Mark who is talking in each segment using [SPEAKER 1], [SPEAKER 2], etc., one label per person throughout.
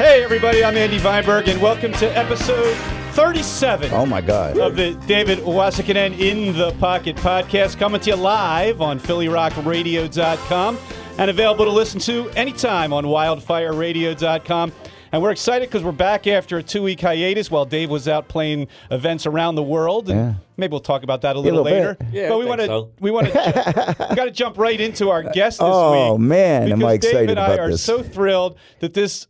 [SPEAKER 1] everybody. I'm Andy Weinberg, and welcome to episode 37
[SPEAKER 2] Oh my God.
[SPEAKER 1] of the David Wasikanen in the Pocket podcast, coming to you live on PhillyRockRadio.com and available to listen to anytime on WildfireRadio.com. And we're excited because we're back after a two-week hiatus while Dave was out playing events around the world. And
[SPEAKER 2] Yeah.
[SPEAKER 1] Maybe we'll talk about that a little,
[SPEAKER 2] little
[SPEAKER 1] later.
[SPEAKER 2] bit.
[SPEAKER 3] Yeah,
[SPEAKER 1] but
[SPEAKER 3] I
[SPEAKER 1] we
[SPEAKER 3] think
[SPEAKER 1] want to
[SPEAKER 3] so.
[SPEAKER 1] we want to we got to jump right into our guest this week.
[SPEAKER 2] Oh, man, am
[SPEAKER 1] because
[SPEAKER 2] I excited
[SPEAKER 1] Dave and I
[SPEAKER 2] about
[SPEAKER 1] are
[SPEAKER 2] this.
[SPEAKER 1] so thrilled that this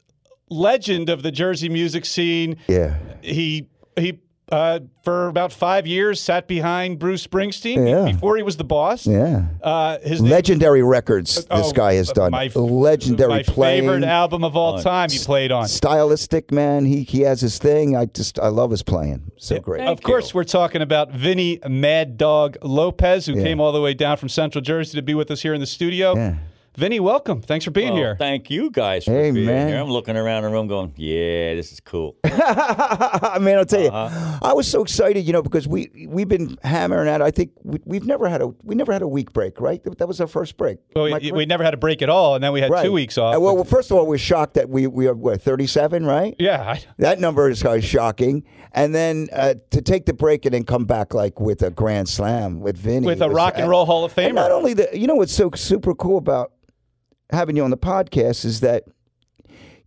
[SPEAKER 1] legend of the Jersey music scene.
[SPEAKER 2] Yeah.
[SPEAKER 1] He he uh, for about five years sat behind Bruce Springsteen
[SPEAKER 2] Yeah.
[SPEAKER 1] before he was the boss.
[SPEAKER 2] Yeah.
[SPEAKER 1] Uh, his name-
[SPEAKER 2] Legendary records this
[SPEAKER 1] oh,
[SPEAKER 2] guy has done.
[SPEAKER 1] my f-
[SPEAKER 2] Legendary
[SPEAKER 1] my
[SPEAKER 2] playing.
[SPEAKER 1] favorite album of all time he played on.
[SPEAKER 2] Stylistic man, he he has his thing. I just I love his playing. So great.
[SPEAKER 1] of course, we're talking about Vinny Mad Dog Lopez, who
[SPEAKER 2] Yeah.
[SPEAKER 1] came all the way down from Central Jersey to be with us here in the studio.
[SPEAKER 2] Yeah.
[SPEAKER 1] Vinny, welcome. Thanks for being
[SPEAKER 3] Well,
[SPEAKER 1] here.
[SPEAKER 3] Oh, Thank you guys for
[SPEAKER 2] Hey,
[SPEAKER 3] being
[SPEAKER 2] man.
[SPEAKER 3] here. I'm looking around the room going, yeah, this is cool.
[SPEAKER 2] I mean, I'll tell you,
[SPEAKER 1] Uh-huh.
[SPEAKER 2] I was so excited, you know, because we we've been hammering at. it. I think we, we've never had a we never had a week break, right? That was our first break.
[SPEAKER 1] Well,
[SPEAKER 2] Am I
[SPEAKER 1] we,
[SPEAKER 2] correct?
[SPEAKER 1] we never had a break at all, and then we had
[SPEAKER 2] Right.
[SPEAKER 1] two weeks off.
[SPEAKER 2] Uh, Well, well, first of all, we're shocked that we we are what, 37, right?
[SPEAKER 1] yeah, I,
[SPEAKER 2] That number is uh, shocking. And then uh, to take the break and then come back like with a grand slam with Vinny.
[SPEAKER 1] with a
[SPEAKER 2] was-
[SPEAKER 1] rock and roll Hall of
[SPEAKER 2] And not
[SPEAKER 1] Famer.
[SPEAKER 2] only that, you know what's so super cool about having you on the podcast is that,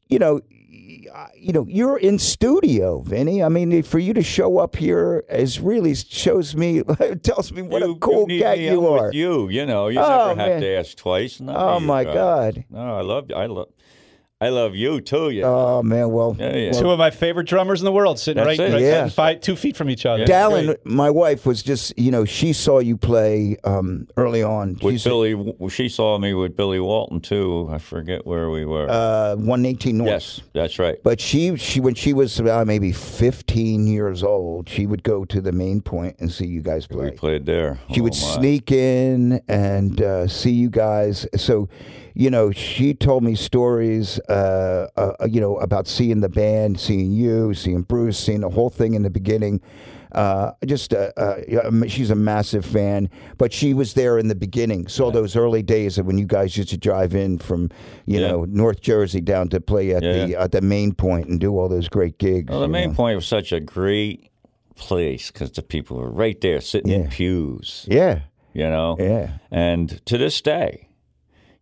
[SPEAKER 2] you know, y- uh, you know, you're in studio, Vinny. I mean, for you to show up here is really shows me, tells me what a
[SPEAKER 3] You-
[SPEAKER 2] cool
[SPEAKER 3] you need
[SPEAKER 2] cat
[SPEAKER 3] me,
[SPEAKER 2] you
[SPEAKER 3] I'm with
[SPEAKER 2] are.
[SPEAKER 3] you, you know, you
[SPEAKER 2] Oh,
[SPEAKER 3] never have
[SPEAKER 2] man.
[SPEAKER 3] to ask twice. and I
[SPEAKER 2] Oh
[SPEAKER 3] love you
[SPEAKER 2] my
[SPEAKER 3] guys.
[SPEAKER 2] God.
[SPEAKER 3] No, I love you. I love, I love you too. You. know.
[SPEAKER 2] Oh man, well,
[SPEAKER 3] Yeah, yeah.
[SPEAKER 1] Two of my favorite drummers in the world sitting right,
[SPEAKER 3] That's it.
[SPEAKER 1] right
[SPEAKER 2] Yeah.
[SPEAKER 1] five, two feet from each other.
[SPEAKER 2] Dallin, my wife was just, you know, she saw you play um, early on.
[SPEAKER 3] with
[SPEAKER 2] She's
[SPEAKER 3] Billy, w- she saw me with Billy Walton too. I forget where we were.
[SPEAKER 2] uh, 118 North.
[SPEAKER 3] yes, that's right.
[SPEAKER 2] But she, she when she was uh, maybe 15 years old, she would go to the main point and see you guys
[SPEAKER 3] We
[SPEAKER 2] play.
[SPEAKER 3] played there.
[SPEAKER 2] She would
[SPEAKER 3] Oh, my.
[SPEAKER 2] sneak in and uh, see you guys. So, you know, she told me stories, uh, uh, you know, about seeing the band, seeing you, seeing Bruce, seeing the whole thing in the beginning. Uh, just, uh, uh, yeah, um, she's a massive fan, but she was there in the beginning. Saw those early days of when you guys used to drive in from, you
[SPEAKER 3] Yeah.
[SPEAKER 2] know, North Jersey down to play at
[SPEAKER 3] Yeah,
[SPEAKER 2] the at the main point and do all those great gigs.
[SPEAKER 3] Well, the
[SPEAKER 2] you
[SPEAKER 3] main
[SPEAKER 2] know.
[SPEAKER 3] point was such a great place because the people were right there sitting in
[SPEAKER 2] Yeah.
[SPEAKER 3] pews.
[SPEAKER 2] Yeah,
[SPEAKER 3] You know.
[SPEAKER 2] yeah.
[SPEAKER 3] And to this day,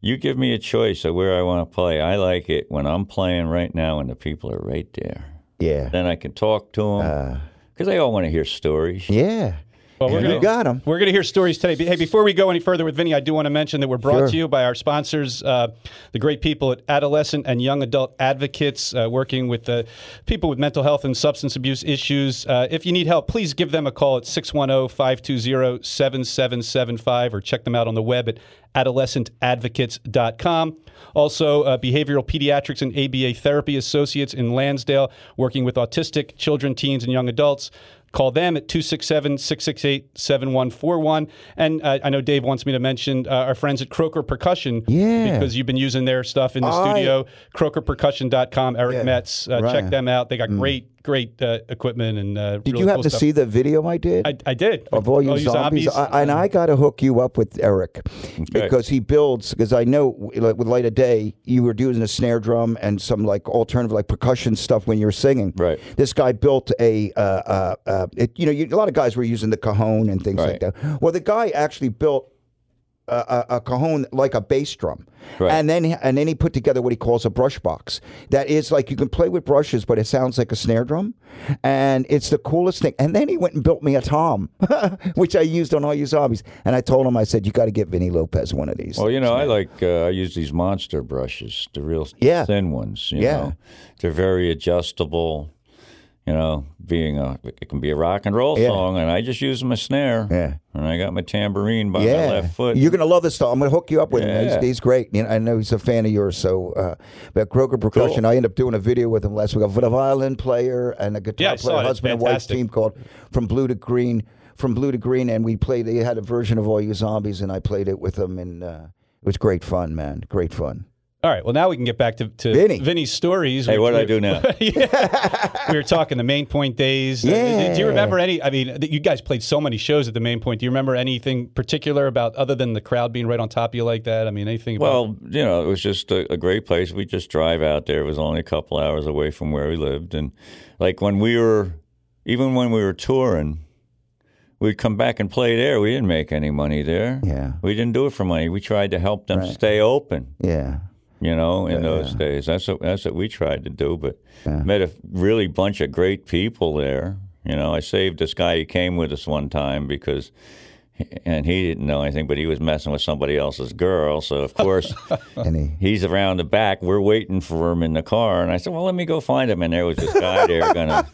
[SPEAKER 3] you give me a choice of where I want to play. I like it when I'm playing right now and the people are right there.
[SPEAKER 2] Yeah.
[SPEAKER 3] Then I can talk to
[SPEAKER 2] Uh.
[SPEAKER 3] them because they all want to hear stories.
[SPEAKER 2] Yeah.
[SPEAKER 1] Well, we're
[SPEAKER 2] And
[SPEAKER 1] gonna-
[SPEAKER 2] you got them.
[SPEAKER 1] We're going to hear stories today. But, Hey, before we go any further with Vinny, I do want to mention that we're brought
[SPEAKER 2] Sure.
[SPEAKER 1] to you by our sponsors, uh, the great people at Adolescent and Young Adult Advocates, uh, working with uh, people with mental health and substance abuse issues. Uh, if you need help, please give them a call at oh, 610 520 7775 or check them out on the web at adolescentadvocates.com. Also, uh, Behavioral Pediatrics and ABA Therapy Associates in Lansdale, working with autistic children, teens, and young adults. Call them at 267 668 7141. And uh, I know Dave wants me to mention uh, our friends at Croker Percussion.
[SPEAKER 2] Yeah.
[SPEAKER 1] Because you've been using their stuff in the
[SPEAKER 2] I-
[SPEAKER 1] studio. CrokerPercussion.com. Eric
[SPEAKER 2] Yeah,
[SPEAKER 1] Metz. Uh,
[SPEAKER 2] right. Mm.
[SPEAKER 1] Check them out. They got great, great uh, equipment and uh,
[SPEAKER 2] Did you have to see the video I did?
[SPEAKER 1] I, Oh, I did.
[SPEAKER 2] of all you zombies, I, and I got to hook you up with Eric because he builds. Because I know, like with Light of Day, you were doing a snare drum and some like alternative, like percussion stuff when you were singing.
[SPEAKER 3] Right.
[SPEAKER 2] This guy built a, uh, uh, uh, it, you know, you, a lot of guys were using the cajon and things
[SPEAKER 3] Right.
[SPEAKER 2] like that. Well, the guy actually built a, a, a cajon like a bass drum,
[SPEAKER 3] Right.
[SPEAKER 2] and then and then he put together what he calls a brush box. That is like you can play with brushes, but it sounds like a snare drum, and it's the coolest thing. And then he went and built me a tom, which I used on all you zombies. And I told him, I said, you got to get Vinny Lopez one of these.
[SPEAKER 3] Well, you know, I like uh, I use these monster brushes, the real
[SPEAKER 2] Yeah.
[SPEAKER 3] thin ones. You
[SPEAKER 2] Yeah.
[SPEAKER 3] know, they're very adjustable. You know, being a it can be a rock and roll
[SPEAKER 2] Yeah.
[SPEAKER 3] song, and I just use them as snare.
[SPEAKER 2] Yeah.
[SPEAKER 3] and I got my tambourine by
[SPEAKER 2] yeah,
[SPEAKER 3] my left foot.
[SPEAKER 2] you're gonna love this stuff. I'm gonna hook you up with him. He's,
[SPEAKER 3] Yeah.
[SPEAKER 2] he's great. You know, I know he's a fan of yours. So, uh, but Croker Percussion, I ended up doing a video with him last week. I've got a violin player and a guitar
[SPEAKER 1] Yeah, I saw
[SPEAKER 2] player,
[SPEAKER 1] it. It's
[SPEAKER 2] husband and wife
[SPEAKER 1] fantastic.
[SPEAKER 2] team called From Blue to Green. From Blue to Green, and we played. They had a version of All You Zombies, and I played it with them, and uh, it was great fun, man. Great fun.
[SPEAKER 1] All right. Well, now we can get back to, to
[SPEAKER 2] Vinny.
[SPEAKER 1] Vinny's stories.
[SPEAKER 3] Hey,
[SPEAKER 1] We-
[SPEAKER 3] what'd I
[SPEAKER 1] we-
[SPEAKER 3] do now?
[SPEAKER 1] Yeah. we were talking the main point days. Uh, Do, do you
[SPEAKER 2] Yeah.
[SPEAKER 1] remember any? I mean, th- you guys played so many shows at the main point. Do you remember anything particular about other than the crowd being right on top of you like that? I mean, anything? About,
[SPEAKER 3] Well, you know, it was just a, a great place. We just drive out there. It was only a couple hours away from where we lived, and like when we were, even when we were touring, we'd come back and play there. We didn't make any money there.
[SPEAKER 2] Yeah.
[SPEAKER 3] we didn't do it for money. We tried to help them stay open.
[SPEAKER 2] Yeah.
[SPEAKER 3] You know, in those days, that's what that's what we tried to do. But met a really bunch of great people there. You know, I saved this guy who came with us one time because and he didn't know anything, but he was messing with somebody else's girl. So of course,
[SPEAKER 2] And he,
[SPEAKER 3] he's around the back. We're waiting for him in the car, and I said, "Well, let me go find him." And there was this guy there gonna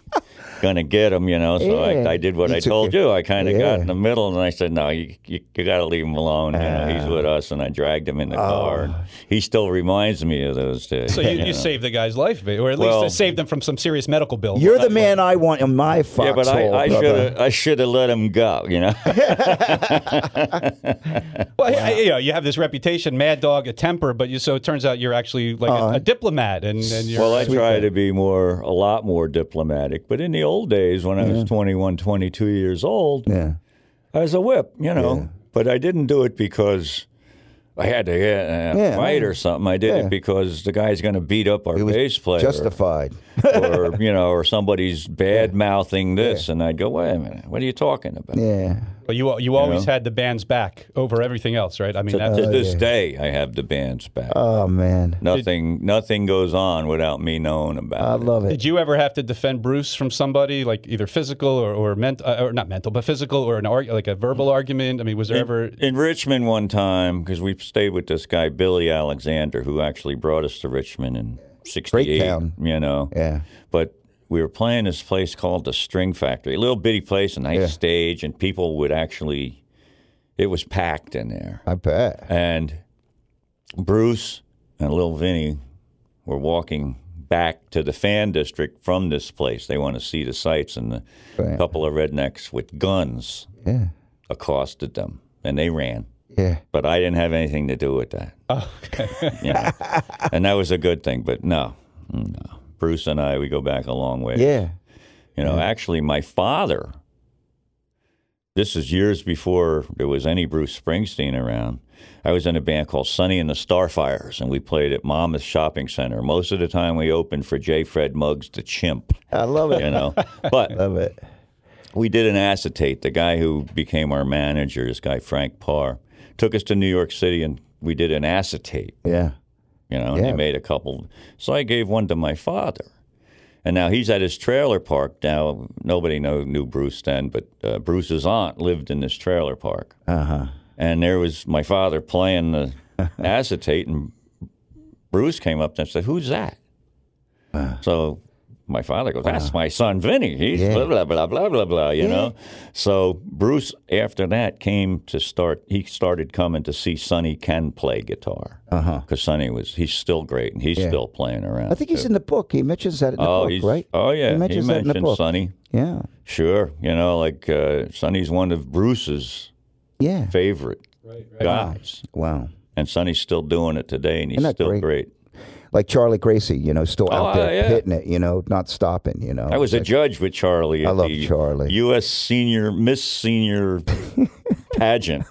[SPEAKER 3] gonna get him, you know. So
[SPEAKER 2] Yeah.
[SPEAKER 3] I, I did what
[SPEAKER 2] You
[SPEAKER 3] I
[SPEAKER 2] took
[SPEAKER 3] told
[SPEAKER 2] your-
[SPEAKER 3] you. I kind of
[SPEAKER 2] Yeah.
[SPEAKER 3] got in the middle, and I said, "No, you you, you got to leave him alone. You know,
[SPEAKER 2] Ah.
[SPEAKER 3] he's with us." And I dragged him in the car.
[SPEAKER 2] Oh.
[SPEAKER 3] And he still reminds me of those days.
[SPEAKER 1] so you, you
[SPEAKER 3] know.
[SPEAKER 1] saved the guy's life, or at least
[SPEAKER 3] Well-
[SPEAKER 1] it saved them from some serious medical bill.
[SPEAKER 2] you're the man I want in my
[SPEAKER 3] Yeah,
[SPEAKER 2] foxhole.
[SPEAKER 3] but I, I
[SPEAKER 2] brother.
[SPEAKER 3] should have I should have let him go. You know,
[SPEAKER 1] Well, I- I- you know, you have this reputation, mad dog, a temper, but you so it turns out you're actually like
[SPEAKER 3] Uh-huh.
[SPEAKER 1] a, a diplomat, and, and you're
[SPEAKER 3] well, I
[SPEAKER 1] uh,
[SPEAKER 3] try to be more a lot more diplomatic. But in the old days, when I was 21, 22 years old,
[SPEAKER 2] Yeah.
[SPEAKER 3] I was a whip, you know. But I didn't do it because I had to get in a
[SPEAKER 2] Yeah,
[SPEAKER 3] fight
[SPEAKER 2] yeah.
[SPEAKER 3] or something. I did
[SPEAKER 2] Yeah.
[SPEAKER 3] it because the guy's going to beat up our bass player,
[SPEAKER 2] Justified.
[SPEAKER 3] or you know, or somebody's bad mouthing this, and I'd go, "Wait a minute, what are you talking about?"
[SPEAKER 2] Yeah.
[SPEAKER 1] But you you always
[SPEAKER 3] know? uh,
[SPEAKER 1] had the band's back over everything else, right? I mean,
[SPEAKER 3] To,
[SPEAKER 1] that's,
[SPEAKER 3] to this day, I have the band's back.
[SPEAKER 2] Oh man,
[SPEAKER 3] nothing, nothing goes on without me knowing about
[SPEAKER 2] I
[SPEAKER 3] it.
[SPEAKER 2] love it.
[SPEAKER 1] did you ever have to defend Bruce from somebody like either physical or or ment- uh, or not mental, but physical or an arg- like a verbal argument? I mean, was there ever?
[SPEAKER 3] in Richmond one time because we stayed with this guy Billy Alexander, who actually brought us to Richmond in '68.
[SPEAKER 2] Great town.
[SPEAKER 3] You know,
[SPEAKER 2] Yeah.
[SPEAKER 3] But we were playing this place called the String Factory, a little bitty place, a nice stage, and people would actually. It was packed in there,
[SPEAKER 2] I bet.
[SPEAKER 3] and Bruce and Lil Vinny were walking back to the fan district from this place. They want to see the sights, and a
[SPEAKER 2] Right.
[SPEAKER 3] couple of rednecks with guns
[SPEAKER 2] Yeah.
[SPEAKER 3] accosted them, and they ran
[SPEAKER 2] Yeah.
[SPEAKER 3] but I didn't have anything to do with that. Yeah. and that was a good thing. But no, no. Bruce and I, we go back a long way.
[SPEAKER 2] Yeah.
[SPEAKER 3] You know, actually, my father, this is years before there was any Bruce Springsteen around. I was in a band called Sonny and the Starfires, and we played at Mama's Shopping Center. Most of the time, we opened for J. Fred Muggs, the chimp,
[SPEAKER 2] I love it.
[SPEAKER 3] you know. but
[SPEAKER 2] Love it.
[SPEAKER 3] we did an acetate. The guy who became our manager, this guy Frank Parr, took us to New York City, and we did an acetate.
[SPEAKER 2] Yeah.
[SPEAKER 3] You know, and
[SPEAKER 2] Yeah.
[SPEAKER 3] they made a couple. So I gave one to my father, and now he's at his trailer park. Now nobody know, knew Bruce then, but uh, Bruce's aunt lived in this trailer park,
[SPEAKER 2] Uh huh.
[SPEAKER 3] and there was my father playing the acetate, and Bruce came up and said, "Who's that?"
[SPEAKER 2] Uh.
[SPEAKER 3] so my father goes, "That's my son, Vinny." He's blah blah blah blah blah blah. You know. So Bruce, after that, came to start. He started coming to see Sonny can play guitar because Sonny was he's still great and he's still playing around.
[SPEAKER 2] Uh-huh. I think he's in the book. He mentions that in the
[SPEAKER 3] oh,
[SPEAKER 2] book,
[SPEAKER 3] he's
[SPEAKER 2] right?
[SPEAKER 3] oh yeah,
[SPEAKER 2] He mentions that in the book.
[SPEAKER 3] Sonny.
[SPEAKER 2] Yeah.
[SPEAKER 3] Sure, you know, like uh, Sonny's one of Bruce's
[SPEAKER 2] Yeah.
[SPEAKER 3] favorite guys,
[SPEAKER 2] Wow.
[SPEAKER 3] and Sonny's still doing it today, and he's
[SPEAKER 2] that
[SPEAKER 3] still
[SPEAKER 2] great?
[SPEAKER 3] great.
[SPEAKER 2] Like Charlie Gracie, you know, still out
[SPEAKER 3] Oh,
[SPEAKER 2] there
[SPEAKER 3] uh, yeah.
[SPEAKER 2] hitting it, you know, not stopping, you know.
[SPEAKER 3] I was a judge with Charlie. I
[SPEAKER 2] Oh, love Charlie.
[SPEAKER 3] U.S. Senior Miss Senior pageant.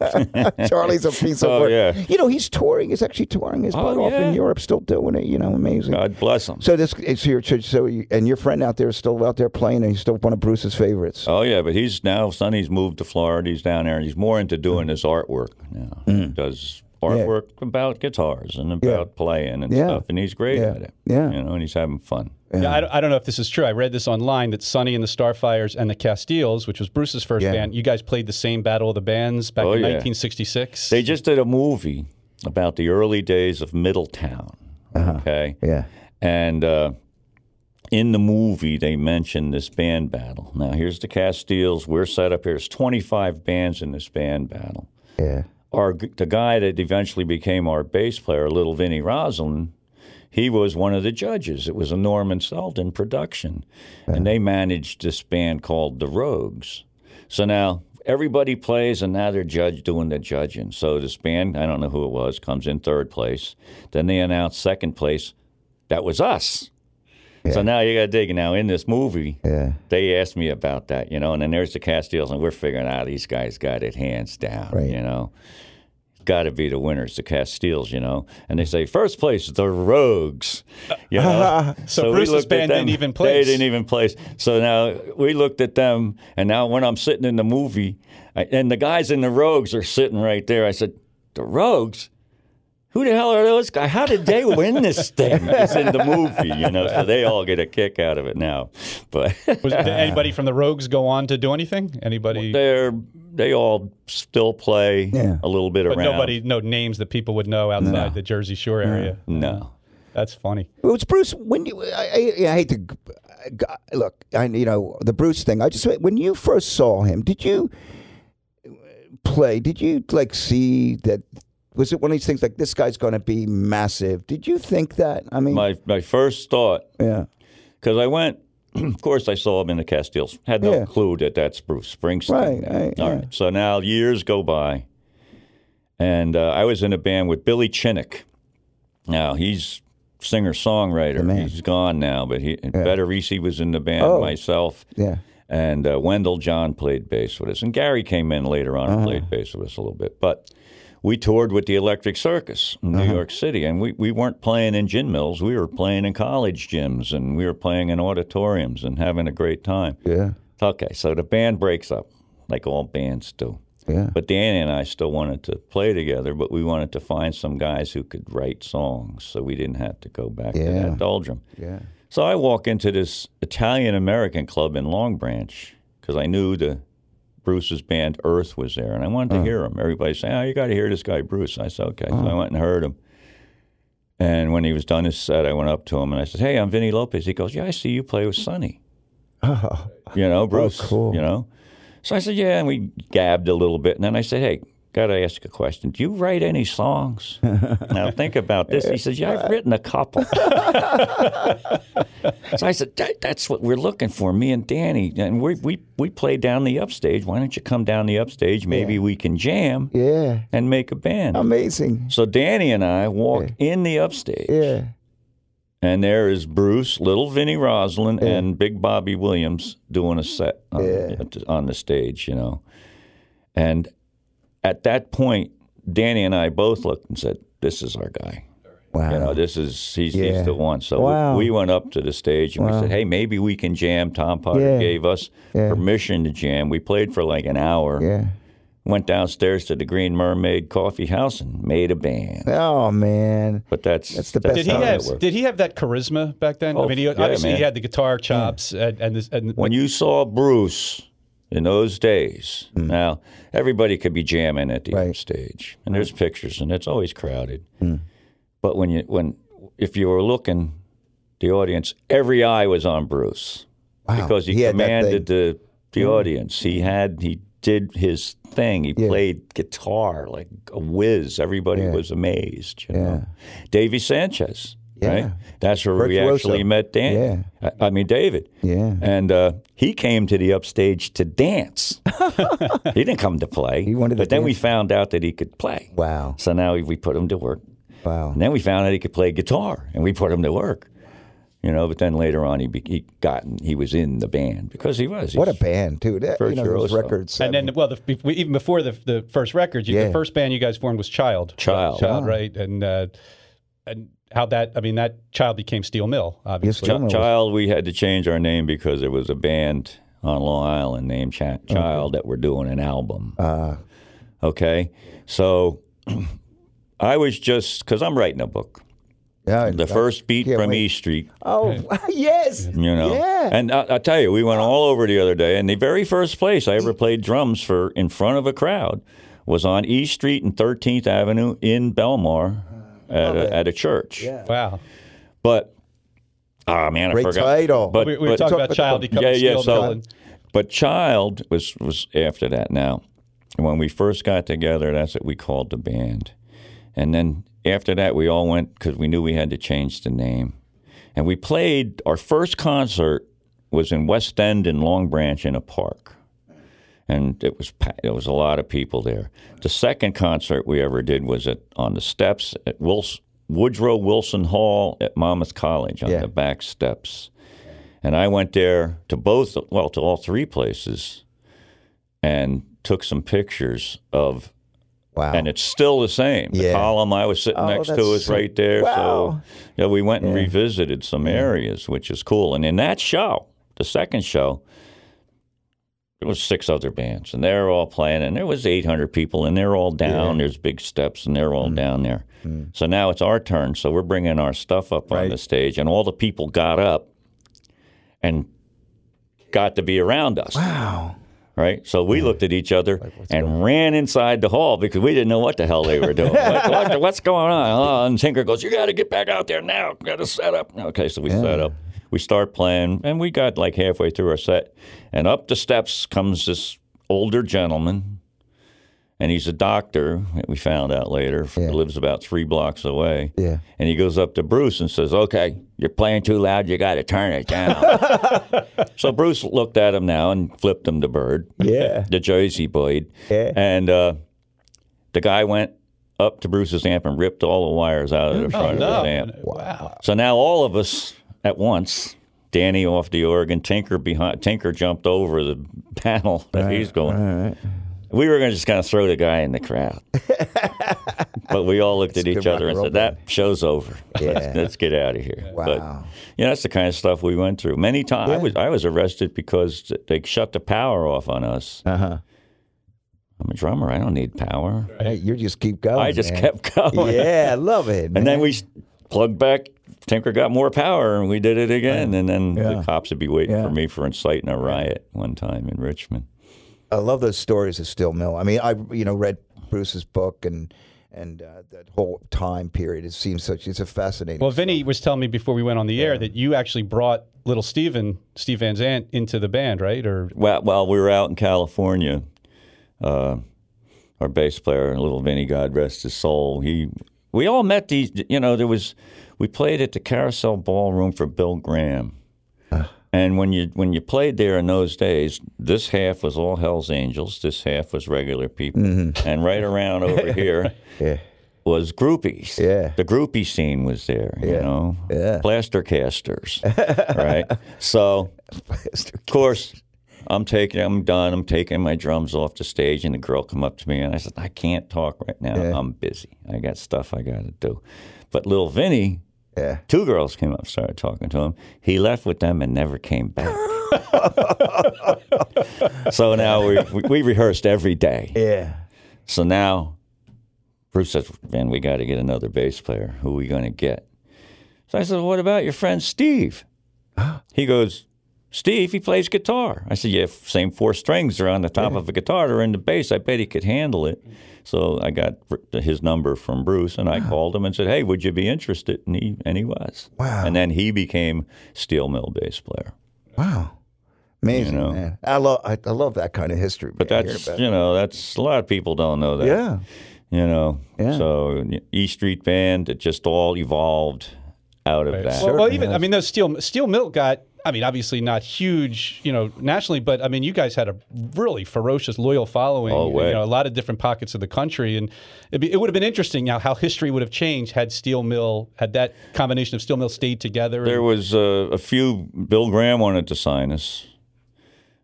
[SPEAKER 2] Charlie's a piece of
[SPEAKER 3] Oh,
[SPEAKER 2] work.
[SPEAKER 3] yeah. Oh,
[SPEAKER 2] You know, he's touring. He's actually touring his butt off
[SPEAKER 3] yeah. Oh.
[SPEAKER 2] in Europe, still doing it. You know, amazing.
[SPEAKER 3] God bless him.
[SPEAKER 2] So this, so your so you, and your friend out there is still out there playing, and he's still one of Bruce's favorites.
[SPEAKER 3] Oh yeah, but he's now Sonny's moved to Florida. He's down there, and he's more into doing his artwork now.
[SPEAKER 2] Mm.
[SPEAKER 3] He does artwork about guitars and about playing and
[SPEAKER 2] Yeah.
[SPEAKER 3] stuff, and he's great
[SPEAKER 2] Yeah.
[SPEAKER 3] at it.
[SPEAKER 2] Yeah.
[SPEAKER 3] you know, and he's having fun.
[SPEAKER 1] Yeah, I, don't- I don't know if this is true. I read this online that Sonny and the Starfires and the Castiles, which was Bruce's first
[SPEAKER 2] Yeah.
[SPEAKER 1] band, you guys played the same Battle of the Bands back
[SPEAKER 3] Oh,
[SPEAKER 1] in
[SPEAKER 3] yeah.
[SPEAKER 1] 1966.
[SPEAKER 3] They just did a movie about the early days of Middletown. Okay,
[SPEAKER 2] Yeah.
[SPEAKER 3] and uh, in the movie they mentioned this band battle. Now here's the Castiles. We're set up here. There's 25 bands in this band battle.
[SPEAKER 2] Yeah.
[SPEAKER 3] our the guy that eventually became our bass player, Little Vinnie Roslin, he was one of the judges. It was a Norman Selden production, and they managed this band called the Rogues. So now everybody plays, and now they're judge doing the judging. So this band, I don't know who it was, comes in third place. Then they announce second place. That was us. So now you got to dig. Now in this movie,
[SPEAKER 2] Yeah.
[SPEAKER 3] they asked me about that, you know, and then there's the Castiles, and we're figuring out these guys got it hands down,
[SPEAKER 2] Right.
[SPEAKER 3] you know. Got to be the winners, the Castiles, you know. And they say first place, the Rogues, you know.
[SPEAKER 1] So
[SPEAKER 3] we
[SPEAKER 1] Bruce's
[SPEAKER 3] looked at
[SPEAKER 1] band didn't
[SPEAKER 3] them.
[SPEAKER 1] even place.
[SPEAKER 3] They didn't even place. So now we looked at them, and now when I'm sitting in the movie, I, and the guys in the Rogues are sitting right there, I said, "The Rogues." who the hell are those guys? How did they win this thing? It's in the movie, you know. So they all get a kick out of it now, but
[SPEAKER 1] Was, did anybody from the Rogues go on to do anything? Anybody?
[SPEAKER 3] they're they all still play
[SPEAKER 2] Yeah.
[SPEAKER 3] a little bit
[SPEAKER 1] but
[SPEAKER 3] around.
[SPEAKER 1] nobody, no names that people would know outside the Jersey Shore area.
[SPEAKER 3] no.
[SPEAKER 1] That's funny.
[SPEAKER 2] Well, it's Bruce. When you, I, I, I hate to I- look, I you know the Bruce thing. I just when you first saw him, did you play? Did you like see that? Was it one of these things like this guy's going to be massive? Did you think that? I mean,
[SPEAKER 3] My my first thought
[SPEAKER 2] yeah,
[SPEAKER 3] because I went. of course, I saw him in the Castiles. Had no
[SPEAKER 2] Yeah.
[SPEAKER 3] clue that that's Bruce Springsteen.
[SPEAKER 2] Right, right,
[SPEAKER 3] All
[SPEAKER 2] yeah.
[SPEAKER 3] right. So now years go by, and uh, I was in a band with Billy Chinnick. Now he's singer songwriter. He's gone now, but he and Federici was in the band.
[SPEAKER 2] Oh.
[SPEAKER 3] Myself.
[SPEAKER 2] yeah,
[SPEAKER 3] And uh, Wendell John played bass with us, and Gary came in later on and played bass with us a little bit. But we toured with the Electric Circus in New York City, and we, we weren't playing in gin mills. We were playing in college gyms, and we were playing in auditoriums and having a great time.
[SPEAKER 2] yeah,
[SPEAKER 3] Okay, so the band breaks up, like all bands do.
[SPEAKER 2] yeah.
[SPEAKER 3] But Danny and I still wanted to play together, but we wanted to find some guys who could write songs, so we didn't have to go back to
[SPEAKER 2] Yeah.
[SPEAKER 3] that doldrum.
[SPEAKER 2] yeah.
[SPEAKER 3] So I walk into this Italian American club in Long Branch because I knew the Bruce's band Earth was there, and I wanted to hear him. Everybody saying, "Oh, you got to hear this guy Bruce." I said, "Okay." So I went and heard him. And when he was done his set, I went up to him and I said, "Hey, I'm Vinny Lopez." He goes, "Yeah, I see you play with Sonny." you know, Bruce.
[SPEAKER 2] cool.
[SPEAKER 3] You know, so I said, "Yeah," and we gabbed a little bit, and then I said, "Hey." Got to ask a question. Do you write any songs? now think about this. He says, "Yeah, I've written a couple." So I said, that, "That's what we're looking for." Me and Danny, and we we we play down the upstage. Why don't you come down the upstage? Maybe we can jam
[SPEAKER 2] Yeah,
[SPEAKER 3] and make a band.
[SPEAKER 2] amazing.
[SPEAKER 3] so Danny and I walk in the upstage,
[SPEAKER 2] Yeah,
[SPEAKER 3] and there is Bruce, little Vinnie Roslin, and Big Bobby Williams doing a set on, on the stage. You know, and at that point, Danny and I both looked and said, "This is our guy."
[SPEAKER 2] wow.
[SPEAKER 3] You know, this is he's,
[SPEAKER 2] Um, Yeah.
[SPEAKER 3] he's the one. So
[SPEAKER 2] Wow.
[SPEAKER 3] we, we went up to the stage and we said, "Hey, maybe we can jam." Tom Potter
[SPEAKER 2] Yeah.
[SPEAKER 3] gave us
[SPEAKER 2] Yeah.
[SPEAKER 3] permission to jam. We played for like an hour.
[SPEAKER 2] yeah.
[SPEAKER 3] Went downstairs to the Green Mermaid Coffee House and made a band.
[SPEAKER 2] Oh man.
[SPEAKER 3] But that's
[SPEAKER 2] That's the best
[SPEAKER 1] Did he
[SPEAKER 3] how that
[SPEAKER 1] have?
[SPEAKER 3] worked.
[SPEAKER 1] Did he have that charisma back then? I
[SPEAKER 3] Oh,
[SPEAKER 1] mean, he,
[SPEAKER 3] yeah,
[SPEAKER 1] obviously he
[SPEAKER 3] man.
[SPEAKER 1] had the guitar chops and and, this, and
[SPEAKER 3] when you saw Bruce in those days, now everybody could be jamming at the
[SPEAKER 2] Mm. Right. Mm.
[SPEAKER 3] stage, and there's pictures, and it's always crowded. But when you when if you were looking, the audience, every eye was on Bruce
[SPEAKER 2] Wow.
[SPEAKER 3] because he,
[SPEAKER 2] He had that
[SPEAKER 3] commanded the the audience. He had he did his thing. He played guitar like a whiz. Everybody was amazed. You know, Davy Sanchez.
[SPEAKER 2] Yeah.
[SPEAKER 3] Right, that's where we
[SPEAKER 2] Virtuoso.
[SPEAKER 3] actually met Dan. I, I mean David.
[SPEAKER 2] Yeah.
[SPEAKER 3] And uh, he came to the upstage to dance. he didn't come to play. He
[SPEAKER 2] wanted to
[SPEAKER 3] but then we found out that he could play.
[SPEAKER 2] Wow.
[SPEAKER 3] So now we put him to work.
[SPEAKER 2] Wow.
[SPEAKER 3] And then we found out he could play guitar, and we put him to work. You know, but then later on he, be, he got he was in the band because he was.
[SPEAKER 2] What a
[SPEAKER 3] He's-
[SPEAKER 2] band, dude! That, you know those
[SPEAKER 3] Virtuoso.
[SPEAKER 2] records.
[SPEAKER 1] and
[SPEAKER 2] I
[SPEAKER 1] then well, the, be- even before the the first record, you,
[SPEAKER 2] Yeah.
[SPEAKER 1] the first band you guys formed was Child.
[SPEAKER 3] Child.
[SPEAKER 1] Child, right? And uh, and how that? I mean, that Child became Steel Mill,
[SPEAKER 2] Yes,
[SPEAKER 1] obviously.
[SPEAKER 2] Child
[SPEAKER 3] Ch- Child, we had to change our name because there was a band on Long Island named Ch- Child that were doing an album.
[SPEAKER 2] Uh.
[SPEAKER 3] okay, so I was just because I'm writing a book.
[SPEAKER 2] Yeah,
[SPEAKER 3] The first beat
[SPEAKER 2] can't
[SPEAKER 3] from
[SPEAKER 2] wait.
[SPEAKER 3] E Street,
[SPEAKER 2] Oh yes,
[SPEAKER 3] you know.
[SPEAKER 2] yeah.
[SPEAKER 3] And I, I tell you, we went all over the other day, and the very first place I ever played drums for in front of a crowd was on E Street and 13th Avenue in Belmar at a, at a church.
[SPEAKER 2] Uh, Yeah.
[SPEAKER 1] Wow.
[SPEAKER 3] But, oh man, I
[SPEAKER 2] Great
[SPEAKER 3] forgot.
[SPEAKER 2] title.
[SPEAKER 3] But,
[SPEAKER 1] We, we were
[SPEAKER 3] but-
[SPEAKER 1] talking
[SPEAKER 2] Talk
[SPEAKER 1] about
[SPEAKER 2] about
[SPEAKER 1] Child
[SPEAKER 2] the-
[SPEAKER 1] becoming Steel Mill. And,
[SPEAKER 3] but Child was was after that. Now, when we first got together, that's what we called the band, and then after that, we all went because we knew we had to change the name, and we played. Our first concert was in West End in Long Branch in a park, and it was pa- it was a lot of people there. The second concert we ever did was at on the steps at Wilson, Woodrow Wilson Hall at Monmouth College on
[SPEAKER 2] Yeah.
[SPEAKER 3] the back steps, and I went there to both well to all three places, and took some pictures of.
[SPEAKER 2] Wow.
[SPEAKER 3] And it's still the same. The
[SPEAKER 2] Yeah.
[SPEAKER 3] column I was sitting
[SPEAKER 2] Oh,
[SPEAKER 3] next to
[SPEAKER 2] that's
[SPEAKER 3] is right there.
[SPEAKER 2] Wow.
[SPEAKER 3] So yeah, we went and revisited some areas, which is cool. And in that show, the second show, there was six other bands, and they're all playing, and there was 800 people, and they're all down. There's big steps, and they're all down there. So now it's our turn. So we're bringing our stuff up on the stage, and all the people got up and got to be around us. Wow. Right? So we looked at each other and ran inside the hall because we didn't know what the hell they were doing. What- what- what's going on? Oh, and Tinker goes, You got to get back out there now. Got to set up. Okay, so we set up. We start playing, and we got like halfway through our set. And up the steps comes this older gentleman, and he's a doctor, that we found out later, lives about three blocks away.
[SPEAKER 2] Yeah.
[SPEAKER 3] And he goes up to Bruce and says, Okay, you're playing too loud. You got to turn it down. So Bruce looked at him now and flipped him the bird,
[SPEAKER 2] yeah.
[SPEAKER 3] the Jersey Boyd.
[SPEAKER 2] Yeah.
[SPEAKER 3] And uh, the guy went up to Bruce's amp and ripped all the wires out of the front of his amp.
[SPEAKER 1] Wow.
[SPEAKER 3] So now all of us at once, Danny off the organ, Tinker behind, Tinker jumped over the panel that he's going. We were going to just kind of throw the guy in the crowd. but we all looked at each
[SPEAKER 2] rock
[SPEAKER 3] other
[SPEAKER 2] and
[SPEAKER 3] and
[SPEAKER 2] roll
[SPEAKER 3] said, that show's over.
[SPEAKER 2] Yeah.
[SPEAKER 3] let's, let's get out of here.
[SPEAKER 2] Wow.
[SPEAKER 3] yeah, that's the kind of stuff we went through. Many times I was I was arrested because they shut the power off on us.
[SPEAKER 2] Uh huh.
[SPEAKER 3] I'm a drummer. I don't need power.
[SPEAKER 2] you just keep going.
[SPEAKER 3] I just
[SPEAKER 2] Oh, man.
[SPEAKER 3] kept going.
[SPEAKER 2] Yeah, I love it.
[SPEAKER 3] And
[SPEAKER 2] man.
[SPEAKER 3] then we s- plugged back. Tinker got more power, and we did it again. And then the cops would be waiting
[SPEAKER 2] Yeah.
[SPEAKER 3] for me for inciting a riot one time in Richmond.
[SPEAKER 2] I love those stories of Still Mill. I mean, I you know read Bruce's book and and uh, that whole time period. It seems such. It's a fascinating.
[SPEAKER 1] Well, Vinny was telling me before we went on the air that you actually brought little Steven, Steve Van Zandt, into the band, right? Or
[SPEAKER 3] Well, while we were out in California, uh, our bass player, little Vinny, God rest his soul, he we all met these. You know, there was we played at the Carousel Ballroom for Bill Graham, and when you when you played there in those days, this half was all Hell's Angels, this half was regular people, and right around over here
[SPEAKER 2] yeah.
[SPEAKER 3] was groupies.
[SPEAKER 2] Yeah.
[SPEAKER 3] The groupie scene was there, you know.
[SPEAKER 2] Yeah.
[SPEAKER 3] Plaster casters. right. So of course I'm taking I'm done. I'm taking my drums off the stage and the girl come up to me and I said, I can't talk right now. I'm busy. I got stuff I gotta do. But little Vinny,
[SPEAKER 2] Yeah.
[SPEAKER 3] two girls came up, started talking to him. He left with them and never came back. so now we, we we rehearsed every day.
[SPEAKER 2] Yeah.
[SPEAKER 3] So now Bruce says, Man, we got to get another bass player. Who we going to get? So I said, What about your friend Steve? He goes, Steve, he plays guitar. I said, Yeah, f- same four strings are on the top of a guitar. They're in the bass. I bet he could handle it.
[SPEAKER 2] Mm-hmm.
[SPEAKER 3] So I got Br- his number from Bruce and I called him and said, Hey, would you be interested? And he, and he was.
[SPEAKER 2] Wow.
[SPEAKER 3] And then he became Steel Mill bass player.
[SPEAKER 2] Wow. Amazing,
[SPEAKER 3] You know.
[SPEAKER 2] man. I love I, I love that kind of history.
[SPEAKER 3] But
[SPEAKER 2] man. I hear
[SPEAKER 3] that's,
[SPEAKER 2] about it.
[SPEAKER 3] you know, that's a lot of people don't know that.
[SPEAKER 2] yeah.
[SPEAKER 3] you know.
[SPEAKER 2] Yeah.
[SPEAKER 3] So E Street Band, it just all evolved out of that.
[SPEAKER 1] well, well, even I mean, those Steel Steel Milk got. I mean, obviously not huge, you know, nationally, but I mean, you guys had a really ferocious, loyal following.
[SPEAKER 3] Oh, way.
[SPEAKER 1] you know, a lot of different pockets of the country, and it'd be, it would have been interesting now how history would have changed had Steel Mill had that combination of Steel Mill stayed together.
[SPEAKER 3] There was uh, a few. Bill Graham wanted to sign us.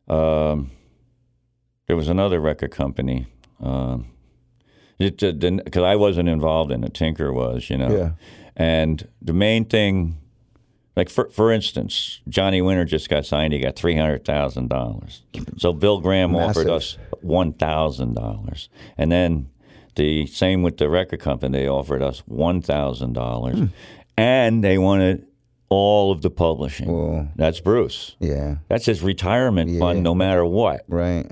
[SPEAKER 3] Um, there was another record company. Um, because I wasn't involved in it, Tinker was, you know.
[SPEAKER 2] Yeah.
[SPEAKER 3] And the main thing, like for for instance, Johnny Winter just got signed. He got three hundred thousand dollars. So Bill Graham
[SPEAKER 2] Massive.
[SPEAKER 3] offered us one thousand dollars, and then the same with the record company. They offered us one thousand
[SPEAKER 2] Hmm.
[SPEAKER 3] dollars, and they wanted all of the publishing. That's Bruce.
[SPEAKER 2] Yeah.
[SPEAKER 3] That's his retirement fund, no matter what.
[SPEAKER 2] Right.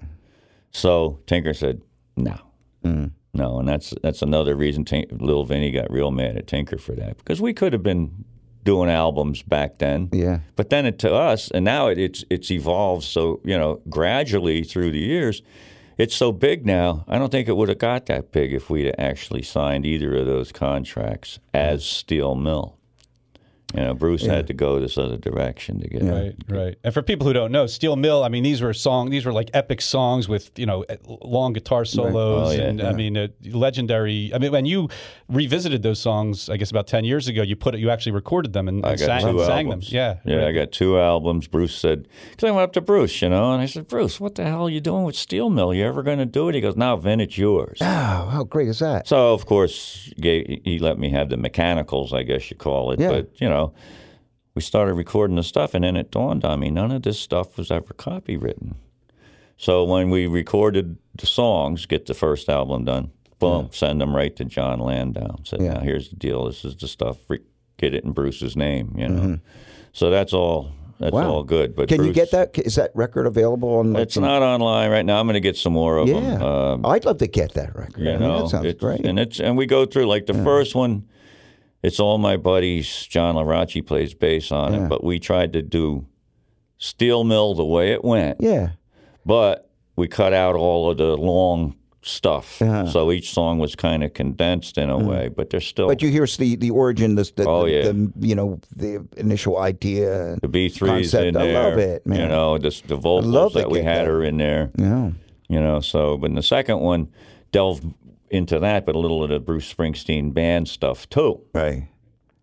[SPEAKER 3] So Tinker said, "No,
[SPEAKER 2] Hmm.
[SPEAKER 3] no," and that's that's another reason Tink, Little Vinny got real mad at Tinker for that because we could have been doing albums back then.
[SPEAKER 2] Yeah.
[SPEAKER 3] But then it, to us, and now it, it's it's evolved so you know gradually through the years. It's so big now. I don't think it would have got that big if we'd actually signed either of those contracts as Steel Mill. You know, Bruce had to go this other direction to get
[SPEAKER 1] Right, right. And for people who don't know, Steel Mill, I mean, these were song, these were like epic songs with you know eh, long guitar solos,
[SPEAKER 3] Oh, yeah,
[SPEAKER 1] and I mean, uh, legendary. I mean, when you revisited those songs, I guess about ten years ago, you put it, you actually recorded them and,
[SPEAKER 3] I
[SPEAKER 1] and
[SPEAKER 3] got
[SPEAKER 1] sang,
[SPEAKER 3] two
[SPEAKER 1] sang them.
[SPEAKER 3] albums.
[SPEAKER 1] Yeah,
[SPEAKER 3] yeah, I got two albums. Bruce said, because I went up to Bruce, you know, and I said, Bruce, what the hell are you doing with Steel Mill? You ever going to do it? He goes, No, Vin, it's yours.
[SPEAKER 2] Oh, how great is that?
[SPEAKER 3] So of course gave, he let me have the mechanicals, I guess you call it.
[SPEAKER 2] Yeah.
[SPEAKER 3] But you know, we started recording the stuff, and then it dawned on me none of this stuff was ever copywritten. So when we recorded the songs, get the first album done, boom, send them right to John Landau. Said,
[SPEAKER 2] Yeah.
[SPEAKER 3] now here's the deal. This is the stuff. Re- get it in Bruce's name. You know. So that's all. That's
[SPEAKER 2] Mm-hmm. Wow.
[SPEAKER 3] all good. But
[SPEAKER 2] Can you
[SPEAKER 3] Bruce-
[SPEAKER 2] get that? Is that record available on? like,
[SPEAKER 3] It's
[SPEAKER 2] some-
[SPEAKER 3] not online right now. I'm going to get some more of
[SPEAKER 2] Yeah,
[SPEAKER 3] them. Um,
[SPEAKER 2] Oh, I'd love to get that record. I
[SPEAKER 3] you
[SPEAKER 2] mean,
[SPEAKER 3] know,
[SPEAKER 2] that sounds
[SPEAKER 3] it's-
[SPEAKER 2] great.
[SPEAKER 3] And it's and we go through like the first one. It's all my buddies. John Larachi plays bass on it, but we tried to do steel mill the way it went,
[SPEAKER 2] yeah,
[SPEAKER 3] but we cut out all of the long stuff. So each song was kind of condensed in a way, but there's still
[SPEAKER 2] Mm. but you hear the the origin, the, the,
[SPEAKER 3] Oh,
[SPEAKER 2] the,
[SPEAKER 3] yeah.
[SPEAKER 2] the you know the initial idea.
[SPEAKER 3] the B threes
[SPEAKER 2] concept,
[SPEAKER 3] in
[SPEAKER 2] I
[SPEAKER 3] there.
[SPEAKER 2] love it, man.
[SPEAKER 3] You know, this, the
[SPEAKER 2] love
[SPEAKER 3] vocals
[SPEAKER 2] to
[SPEAKER 3] that we
[SPEAKER 2] get
[SPEAKER 3] had
[SPEAKER 2] that.
[SPEAKER 3] are in there.
[SPEAKER 2] Yeah,
[SPEAKER 3] you know. So, but in the second one, delved into that, but a little of the Bruce Springsteen band stuff too.
[SPEAKER 2] right.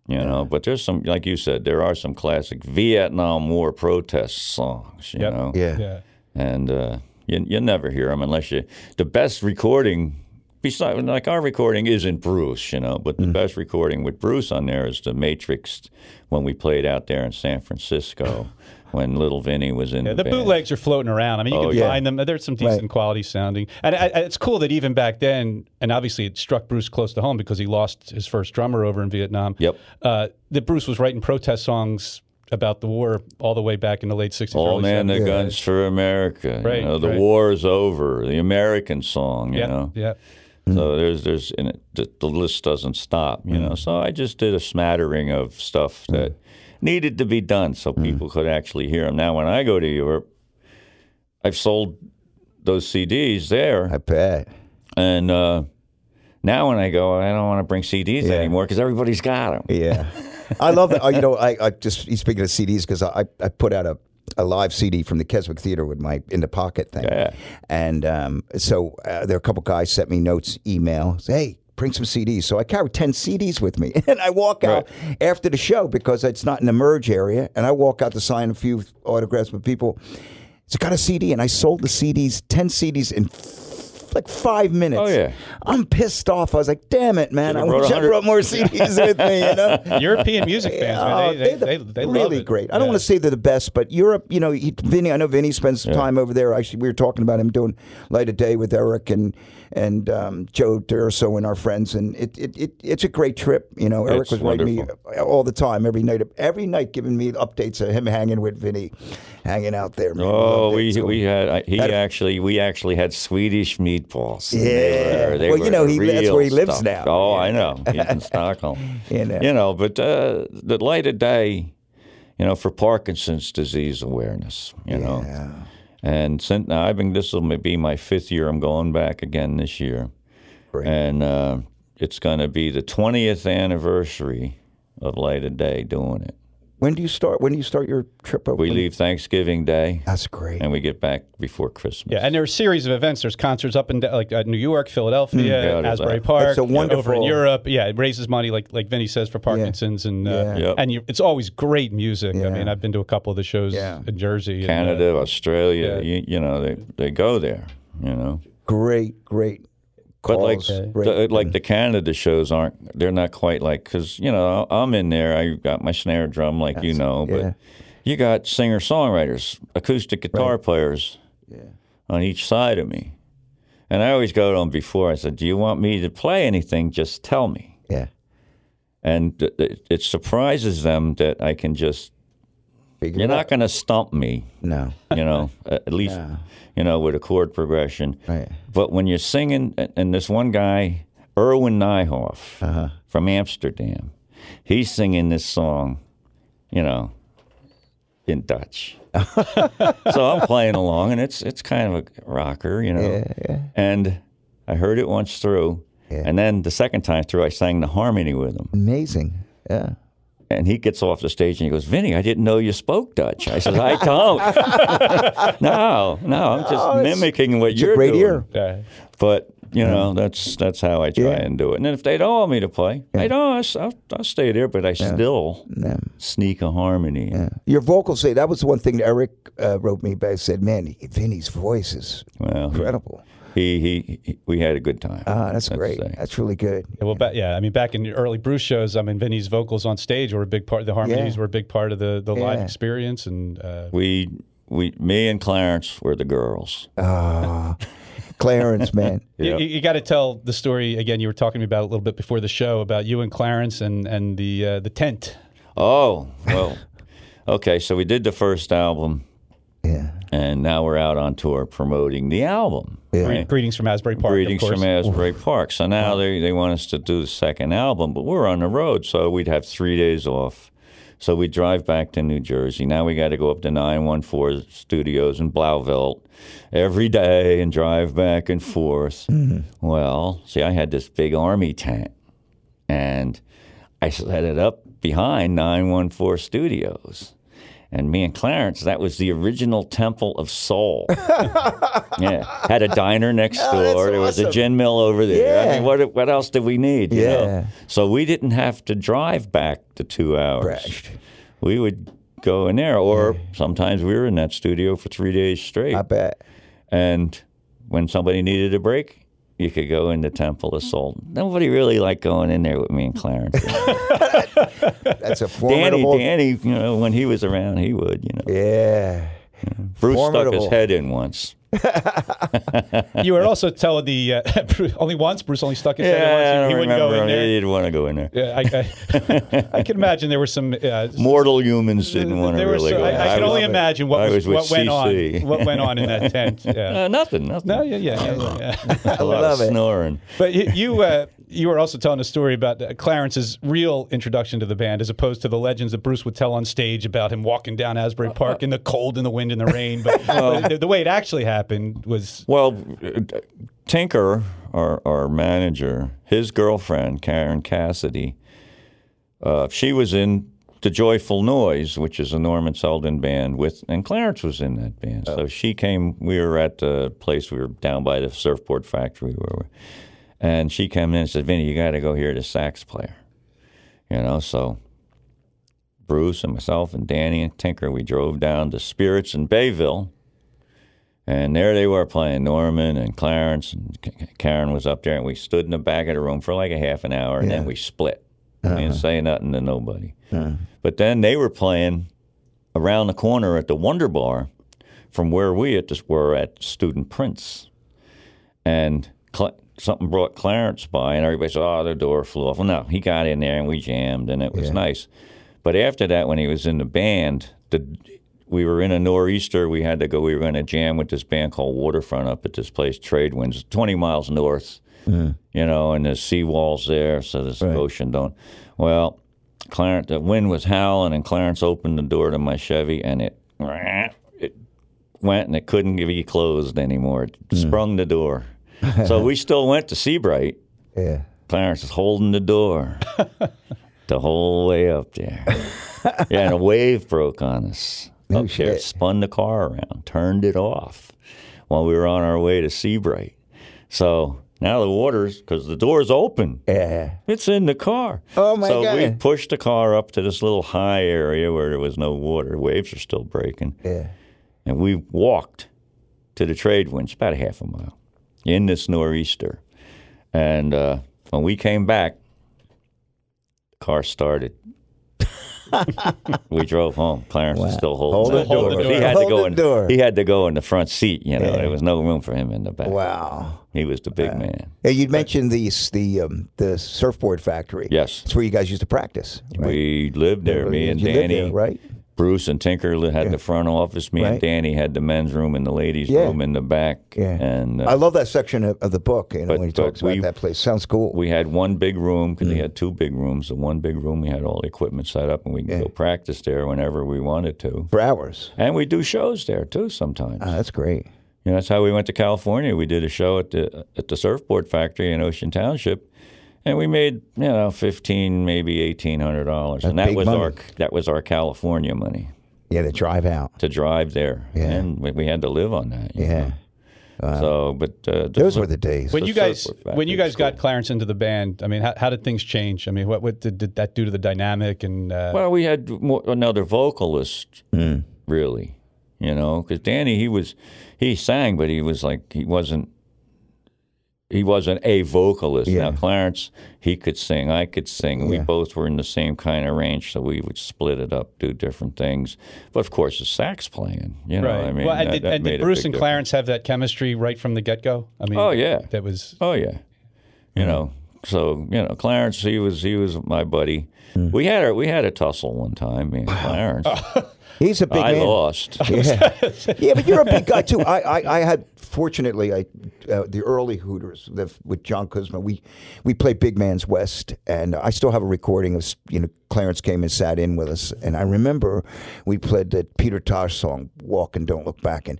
[SPEAKER 3] You know, but there's some, like you said, there are some classic Vietnam War protest songs, you
[SPEAKER 1] Yep.
[SPEAKER 3] know,
[SPEAKER 2] Yeah.
[SPEAKER 1] yeah.
[SPEAKER 3] and uh, you, you never hear them unless you. The best recording, besides, like our recording isn't Bruce, you know, but the best recording with Bruce on there is the Matrix when we played out there in San Francisco when Little Vinny was in
[SPEAKER 1] Yeah,
[SPEAKER 3] the,
[SPEAKER 1] the
[SPEAKER 3] band.
[SPEAKER 1] bootlegs are floating around. I mean, you can
[SPEAKER 3] yeah.
[SPEAKER 1] find them. There's some decent quality sounding, and I, I- it's cool that even back then, and obviously it struck Bruce close to home because he lost his first drummer over in Vietnam.
[SPEAKER 3] Yep.
[SPEAKER 1] Uh, that Bruce was writing protest songs about the war all the way back in the late '60s.
[SPEAKER 3] All
[SPEAKER 1] early
[SPEAKER 3] Oh, man,
[SPEAKER 1] 70s.
[SPEAKER 3] the guns for America.
[SPEAKER 1] Right,
[SPEAKER 3] you know, the
[SPEAKER 1] right.
[SPEAKER 3] war is over. The American song. You
[SPEAKER 1] Yeah,
[SPEAKER 3] know,
[SPEAKER 1] yeah.
[SPEAKER 3] So there's there's and it, the, the list doesn't stop, you know. So I just did a smattering of stuff that needed to be done so people could actually hear them. Now when I go to Europe, I've sold those CDs there,
[SPEAKER 2] I bet.
[SPEAKER 3] and uh, now when I go, I don't want to bring CDs anymore anymore because everybody's got them.
[SPEAKER 2] Yeah, I love that. Oh, you know, I, I just speaking of CDs because I, I put out a, a live CD from the Keswick Theater with my in the pocket thing,
[SPEAKER 3] Yeah.
[SPEAKER 2] and um, so uh, there are a couple guys sent me notes, email, say, hey. Bring some CDs. So I carry 10 CDs with me and I walk out after the show because it's not an emerge area. And I walk out to sign a few autographs with people. So I got a CD and I sold the CDs, 10 CDs in f- like five minutes.
[SPEAKER 3] Oh, yeah.
[SPEAKER 2] I'm pissed off. I was like, damn it, man. I
[SPEAKER 3] wrote
[SPEAKER 2] wish I
[SPEAKER 3] 100
[SPEAKER 2] brought more CDs with me, you know?
[SPEAKER 1] European music fans,
[SPEAKER 2] Oh,
[SPEAKER 1] man, they,
[SPEAKER 2] the-
[SPEAKER 1] they, they, they love
[SPEAKER 2] really
[SPEAKER 1] it.
[SPEAKER 2] great. I don't want to say they're the best, but Europe, you know, he, Vinny. I know Vinny spends time over there. Actually, we were talking about him doing Light of Day with Eric and and um, Joe Durso and our friends, and it, it, it it's a great trip. You know, Eric
[SPEAKER 3] It's
[SPEAKER 2] was writing me all the time, every night, every night, giving me updates of him hanging with Vinny, hanging out there. man.
[SPEAKER 3] Oh,
[SPEAKER 2] Loved it.
[SPEAKER 3] we
[SPEAKER 2] So-
[SPEAKER 3] we had I- he
[SPEAKER 2] Had-
[SPEAKER 3] actually we actually had Swedish meatballs. and
[SPEAKER 2] Yeah. Well, you know,
[SPEAKER 3] the
[SPEAKER 2] he- that's
[SPEAKER 3] real
[SPEAKER 2] where he lives now.
[SPEAKER 3] Oh, I know. He's in Stockholm.
[SPEAKER 2] You know.
[SPEAKER 3] but uh, the light of day, you know, for Parkinson's disease awareness, you know.
[SPEAKER 2] Yeah.
[SPEAKER 3] And since now I've been this will be my fifth year. I'm going back again this year,
[SPEAKER 2] Great.
[SPEAKER 3] and uh, it's going to be the 20th anniversary of light of day doing it.
[SPEAKER 2] When do you start? When do you start your trip? Over
[SPEAKER 3] We leave Thanksgiving Day,
[SPEAKER 2] That's great.
[SPEAKER 3] and we get back before Christmas.
[SPEAKER 1] Yeah, and there are a series of events. There's concerts up in like uh, New York,
[SPEAKER 3] Yeah,
[SPEAKER 2] Mm.
[SPEAKER 1] Philadelphia,
[SPEAKER 3] there's
[SPEAKER 1] Asbury
[SPEAKER 3] that.
[SPEAKER 1] Park,
[SPEAKER 2] It's a
[SPEAKER 1] you know, over in
[SPEAKER 2] wonderful-
[SPEAKER 1] Europe. Yeah, it raises money, like like Vinny says, for Parkinson's, and uh,
[SPEAKER 2] Yeah.
[SPEAKER 1] and you, it's always great music. I
[SPEAKER 2] Yeah.
[SPEAKER 1] mean, I've been to a couple of the shows
[SPEAKER 2] Yeah.
[SPEAKER 1] in Jersey, and, uh,
[SPEAKER 3] Canada, Australia,
[SPEAKER 1] Yeah.
[SPEAKER 3] you, you know, they, they go there, you know.
[SPEAKER 2] Great, great.
[SPEAKER 3] But like,
[SPEAKER 2] Calls, great.
[SPEAKER 3] the, like the Canada shows aren't, they're not quite like, because, you know, I'm in there, I got my snare drum, like you know, but
[SPEAKER 2] yeah.
[SPEAKER 3] you got singer songwriters, acoustic guitar players on each side of me. And I always go to them before, I said, Do you want me to play anything? Just tell me.
[SPEAKER 2] yeah,
[SPEAKER 3] And th- th- it surprises them that I can just,
[SPEAKER 2] Figure
[SPEAKER 3] you're
[SPEAKER 2] it out.
[SPEAKER 3] not going to stump me
[SPEAKER 2] no,
[SPEAKER 3] you know, at least, you know, with a chord progression.
[SPEAKER 2] Right.
[SPEAKER 3] But when you're singing, and- and this one guy, Erwin Nyhoff from Amsterdam, he's singing this song, you know, in Dutch. so I'm playing along, and it's it's kind of a rocker, you know. And I heard it once through, and then the second time through, I sang the harmony with him.
[SPEAKER 2] amazing. Yeah,
[SPEAKER 3] And he gets off the stage and he goes, Vinny, I didn't know you spoke Dutch. I said, I don't. no, no, I'm just mimicking what
[SPEAKER 2] Oh, It's
[SPEAKER 3] you're
[SPEAKER 2] a great
[SPEAKER 3] doing.
[SPEAKER 2] ear.
[SPEAKER 1] Okay.
[SPEAKER 3] But you know, that's that's how I try
[SPEAKER 2] Yeah.
[SPEAKER 3] and do it. And if they don't want me to play, I don't. I s- I'll, I'll stay there, but I still sneak a harmony. in.
[SPEAKER 2] Your vocals say that was the one thing that Eric uh, wrote me back. Said, "Man, Vinny's voice is
[SPEAKER 3] Well,
[SPEAKER 2] incredible.
[SPEAKER 3] he, he he we had a good time.
[SPEAKER 2] Ah, that's great.
[SPEAKER 3] the thing.
[SPEAKER 2] That's really good."
[SPEAKER 1] Yeah, well, ba- yeah. I mean, back in the early Bruce shows, I mean, Vinny's vocals on stage were a big part. The harmonies
[SPEAKER 2] Yeah.
[SPEAKER 1] were a big part of the, the live
[SPEAKER 2] Yeah.
[SPEAKER 1] experience, and uh,
[SPEAKER 3] We we me and Clarence were the girls.
[SPEAKER 2] Ah. Clarence, man.
[SPEAKER 1] you-
[SPEAKER 3] Yeah.
[SPEAKER 1] you, got to tell the story again. You were talking to me about it a little bit before the show about you and Clarence and and the uh, the tent.
[SPEAKER 3] Oh well, okay. So we did the first album,
[SPEAKER 2] Yeah.
[SPEAKER 3] and now we're out on tour promoting the album.
[SPEAKER 1] Gre-
[SPEAKER 3] right?
[SPEAKER 1] Greetings from Asbury Park.
[SPEAKER 3] Greetings
[SPEAKER 1] of course.
[SPEAKER 3] from Asbury Park. So now they, they want us to do the second album, but we're on the road, so we'd have three days off. So we drive back to New Jersey. Now we got to go up to 914 Studios in Blauvelt every day and drive back and forth.
[SPEAKER 1] Mm-hmm.
[SPEAKER 3] Well, see, I had this big army tent and I set it up behind 914 Studios. And me and Clarence, that was the original Temple of Soul. yeah, had a diner next door.
[SPEAKER 2] Oh, that's
[SPEAKER 3] There was a
[SPEAKER 2] awesome.
[SPEAKER 3] gin mill over there. I
[SPEAKER 2] Yeah.
[SPEAKER 3] mean, what what else did we need? you know?
[SPEAKER 2] Yeah.
[SPEAKER 3] So we didn't have to drive back the two hours.
[SPEAKER 2] Crashed.
[SPEAKER 3] We would go in there, or sometimes we were in that studio for three days straight.
[SPEAKER 2] I bet.
[SPEAKER 3] And when somebody needed a break, you could go into Temple of Soul. Nobody really liked going in there with me and Clarence.
[SPEAKER 2] That's a
[SPEAKER 3] Danny,
[SPEAKER 2] formidable.
[SPEAKER 3] Danny, you know, when he was around, he would, you know.
[SPEAKER 2] Yeah.
[SPEAKER 3] Bruce stuck
[SPEAKER 2] formidable.
[SPEAKER 3] his head in once.
[SPEAKER 1] you were also telling the uh, Bruce- only once. Bruce only stuck his
[SPEAKER 3] Yeah,
[SPEAKER 1] head.
[SPEAKER 3] I
[SPEAKER 1] in
[SPEAKER 3] don't
[SPEAKER 1] once. He, wouldn't
[SPEAKER 3] remember.
[SPEAKER 1] go in
[SPEAKER 3] He
[SPEAKER 1] there.
[SPEAKER 3] didn't want to go in there.
[SPEAKER 1] Yeah, I, I, I can imagine there were some. Uh,
[SPEAKER 3] Mortal humans didn't want to
[SPEAKER 1] there were
[SPEAKER 3] really
[SPEAKER 1] so,
[SPEAKER 3] go in there.
[SPEAKER 1] I, I can
[SPEAKER 3] was-
[SPEAKER 1] only imagine what
[SPEAKER 3] I
[SPEAKER 1] was,
[SPEAKER 3] was with
[SPEAKER 1] what went
[SPEAKER 3] CC.
[SPEAKER 1] on. What went on in that tent? Yeah.
[SPEAKER 3] Uh, nothing, nothing.
[SPEAKER 1] No, yeah, yeah, yeah. yeah.
[SPEAKER 3] a lot
[SPEAKER 2] love
[SPEAKER 3] of
[SPEAKER 2] it.
[SPEAKER 3] snoring.
[SPEAKER 1] but you you, uh, you were also telling a story about uh, Clarence's real introduction to the band, as opposed to the legends that Bruce would tell on stage about him walking down Asbury Park in the cold and the wind and the rain. But, but the, the way it actually happened was
[SPEAKER 3] Well, uh, Tinker, our, our manager, his girlfriend, Karen Cassidy, uh, she was in The Joyful Noise, which is a Norman Selden band, with, and Clarence was in that band. So she came, we were at the place, we were down by the surfboard factory, where we, and she came in and said, Vinny, you got to go hear the sax player. You know, so Bruce and myself and Danny and Tinker, we drove down to Spirits in Bayville. And there they were playing Norman and Clarence and K- Karen was up there, and we stood in the back of the room for like a half an hour, and then we split. We didn't say nothing to nobody. But then they were playing around the corner at the Wonder Bar, from where we at this were at Student Prince, and Cl- something brought Clarence by, and everybody said, "Oh, the door flew off." Well, no, he got in there and we jammed, and it was nice. But after that, when he was in the band, the we were in a nor'easter. We had to go. We were going to jam with this band called Waterfront up at this place, Trade Winds, twenty miles north. You know, and there's seawalls there, so there's ocean don't. Well, Clarence, the wind was howling, and Clarence opened the door to my Chevy, and it it went and it couldn't be closed anymore. It
[SPEAKER 2] Hmm.
[SPEAKER 3] sprung the door. so we still went to Seabright.
[SPEAKER 2] Yeah.
[SPEAKER 3] Clarence is holding the door the whole way up there. yeah, and a wave broke on us.
[SPEAKER 2] No
[SPEAKER 3] up there,
[SPEAKER 2] shit.
[SPEAKER 3] spun the car around, turned it off while we were on our way to Seabright. So now the water's, because the door's open.
[SPEAKER 2] Yeah.
[SPEAKER 3] It's in the car.
[SPEAKER 2] Oh, my
[SPEAKER 3] so So we
[SPEAKER 2] God.
[SPEAKER 3] pushed the car up to this little high area where there was no water. Waves are still breaking.
[SPEAKER 2] Yeah.
[SPEAKER 3] And we walked to the trade winds, about a half a mile, in this nor'easter. And uh, when we came back, the car started. we drove home. Clarence was still holding
[SPEAKER 2] Hold
[SPEAKER 3] that
[SPEAKER 2] the
[SPEAKER 1] door.
[SPEAKER 3] He had to
[SPEAKER 2] Hold
[SPEAKER 3] go
[SPEAKER 2] the
[SPEAKER 3] in.
[SPEAKER 2] door.
[SPEAKER 3] He had to go in the front seat. You know, there was no room for him in the back.
[SPEAKER 2] Wow.
[SPEAKER 3] He was the big man.
[SPEAKER 2] Yeah, you'd mentioned the s- the um, the surfboard factory.
[SPEAKER 3] Yes.
[SPEAKER 2] That's where you guys used to practice. Right?
[SPEAKER 3] We lived there. Me and
[SPEAKER 2] you lived
[SPEAKER 3] Danny.
[SPEAKER 2] there, right?
[SPEAKER 3] Bruce and Tinker li- had the front office. Me and
[SPEAKER 2] Right.
[SPEAKER 3] Danny had the men's room and the ladies'
[SPEAKER 2] Yeah.
[SPEAKER 3] room in the back.
[SPEAKER 2] Yeah.
[SPEAKER 3] And uh,
[SPEAKER 2] I love that section of, of the book. You know,
[SPEAKER 3] But-
[SPEAKER 2] when he
[SPEAKER 3] but
[SPEAKER 2] talks
[SPEAKER 3] we-
[SPEAKER 2] about that place, sounds cool.
[SPEAKER 3] we had one big room because
[SPEAKER 2] Mm.
[SPEAKER 3] they had two big rooms. The one big room, we had all the equipment set up, and we could go practice there whenever we wanted to.
[SPEAKER 2] For hours.
[SPEAKER 3] And we do shows there too sometimes.
[SPEAKER 2] Oh, that's great.
[SPEAKER 3] you know, that's how we went to California. We did a show at the at the Surfboard Factory in Ocean Township, and we made you know fifteen, maybe eighteen hundred dollars, and
[SPEAKER 2] That's
[SPEAKER 3] that
[SPEAKER 2] big
[SPEAKER 3] was
[SPEAKER 2] money.
[SPEAKER 3] our that was our California money
[SPEAKER 2] Yeah, the drive out.
[SPEAKER 3] to drive there,
[SPEAKER 2] Yeah.
[SPEAKER 3] and we, we had to live on that. you
[SPEAKER 2] Yeah.
[SPEAKER 3] know. So, but uh,
[SPEAKER 2] Those were the days.
[SPEAKER 1] When
[SPEAKER 3] the
[SPEAKER 1] you guys
[SPEAKER 3] surf were back
[SPEAKER 1] when you
[SPEAKER 3] in
[SPEAKER 1] guys got
[SPEAKER 3] school.
[SPEAKER 1] Clarence into the band, I mean, how, how did things change? I mean, what, what did, did that do to the dynamic? And uh,
[SPEAKER 3] Well, we had mo another vocalist,
[SPEAKER 2] Hmm.
[SPEAKER 3] really, you know, because Danny he was he sang, but he was like he wasn't he wasn't a vocalist.
[SPEAKER 2] Yeah.
[SPEAKER 3] Now Clarence he could sing, I could sing. We
[SPEAKER 2] Yeah.
[SPEAKER 3] both were in the same kind of range, so we would split it up, do different things. But of course, the sax playing, you know,
[SPEAKER 1] right?
[SPEAKER 3] I mean,
[SPEAKER 1] well, and
[SPEAKER 3] that,
[SPEAKER 1] did,
[SPEAKER 3] that
[SPEAKER 1] and
[SPEAKER 3] made
[SPEAKER 1] did
[SPEAKER 3] a
[SPEAKER 1] Bruce
[SPEAKER 3] big
[SPEAKER 1] and
[SPEAKER 3] difference.
[SPEAKER 1] Clarence have that chemistry right from the get go? I mean,
[SPEAKER 3] Oh, yeah.
[SPEAKER 1] that was
[SPEAKER 3] Oh yeah, you
[SPEAKER 2] Hmm.
[SPEAKER 3] know. So you know, Clarence, he was he was my buddy.
[SPEAKER 2] Hmm.
[SPEAKER 3] We had a we had a tussle one time, me and Clarence.
[SPEAKER 2] He's a big
[SPEAKER 3] I
[SPEAKER 2] man.
[SPEAKER 3] lost.
[SPEAKER 2] Yeah. yeah, but you're a big guy too. I, I, I had fortunately I uh, the early Hooters the, with John Kuzma. We we played Big Man's West, and I still have a recording of you know Clarence came and sat in with us, and I remember we played that Peter Tosh song "Walk and Don't Look Back," and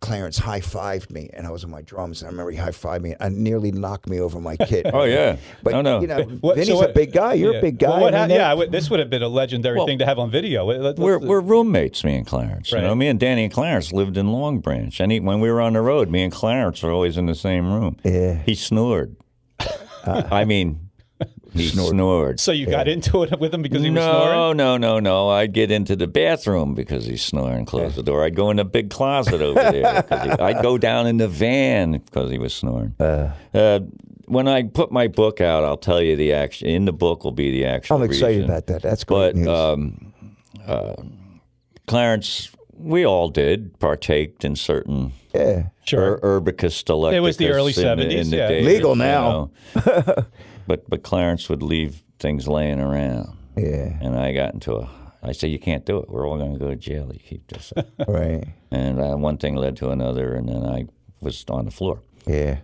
[SPEAKER 2] Clarence high fived me, and I was on my drums, and I remember he high fived me and nearly knocked me over my kit.
[SPEAKER 3] Oh yeah.
[SPEAKER 2] But
[SPEAKER 3] no, no.
[SPEAKER 2] you know,
[SPEAKER 1] What-
[SPEAKER 2] Vinny's
[SPEAKER 1] so
[SPEAKER 2] a
[SPEAKER 1] what-
[SPEAKER 2] big guy. You're
[SPEAKER 1] yeah.
[SPEAKER 2] a big guy.
[SPEAKER 1] Well, what
[SPEAKER 2] I
[SPEAKER 1] hap-
[SPEAKER 2] mean,
[SPEAKER 1] yeah, I would- this would have been a legendary thing to have on video. Let- let-
[SPEAKER 3] we're
[SPEAKER 1] let's-
[SPEAKER 3] we're roommates, me and Clarence. You know,
[SPEAKER 1] Right.
[SPEAKER 3] me and Danny and Clarence lived in Long Branch, and he, when we were on the road, me and Clarence were always in the same room.
[SPEAKER 2] Yeah.
[SPEAKER 3] He snored. I mean, he snored.
[SPEAKER 1] so you got into it with him because he was snoring.
[SPEAKER 3] No, no, no, no. I'd get into the bathroom because he's snoring, close the door. I'd go in the big closet over there. 'cause he- I'd go down in the van because he was snoring. Uh, when I put my book out, I'll tell you the action. In the book will be the actual.
[SPEAKER 2] I'm excited
[SPEAKER 3] reason.
[SPEAKER 2] about that. That's great
[SPEAKER 3] But
[SPEAKER 2] news.
[SPEAKER 3] um, uh, Clarence, we all did partaked in certain
[SPEAKER 2] yeah.
[SPEAKER 1] Sure.
[SPEAKER 3] ur- Urbica stalacticus.
[SPEAKER 1] It was the early
[SPEAKER 3] in in
[SPEAKER 1] 70s,
[SPEAKER 3] the
[SPEAKER 1] yeah.
[SPEAKER 3] days,
[SPEAKER 2] Legal
[SPEAKER 3] you
[SPEAKER 2] now.
[SPEAKER 3] know. but but Clarence would leave things laying around,
[SPEAKER 2] Yeah.
[SPEAKER 3] and I got into a. I said, "You can't do it. We're all going to go to jail. You keep this." up."
[SPEAKER 2] Right.
[SPEAKER 3] and uh, one thing led to another, and then I was on the floor.
[SPEAKER 2] Yeah.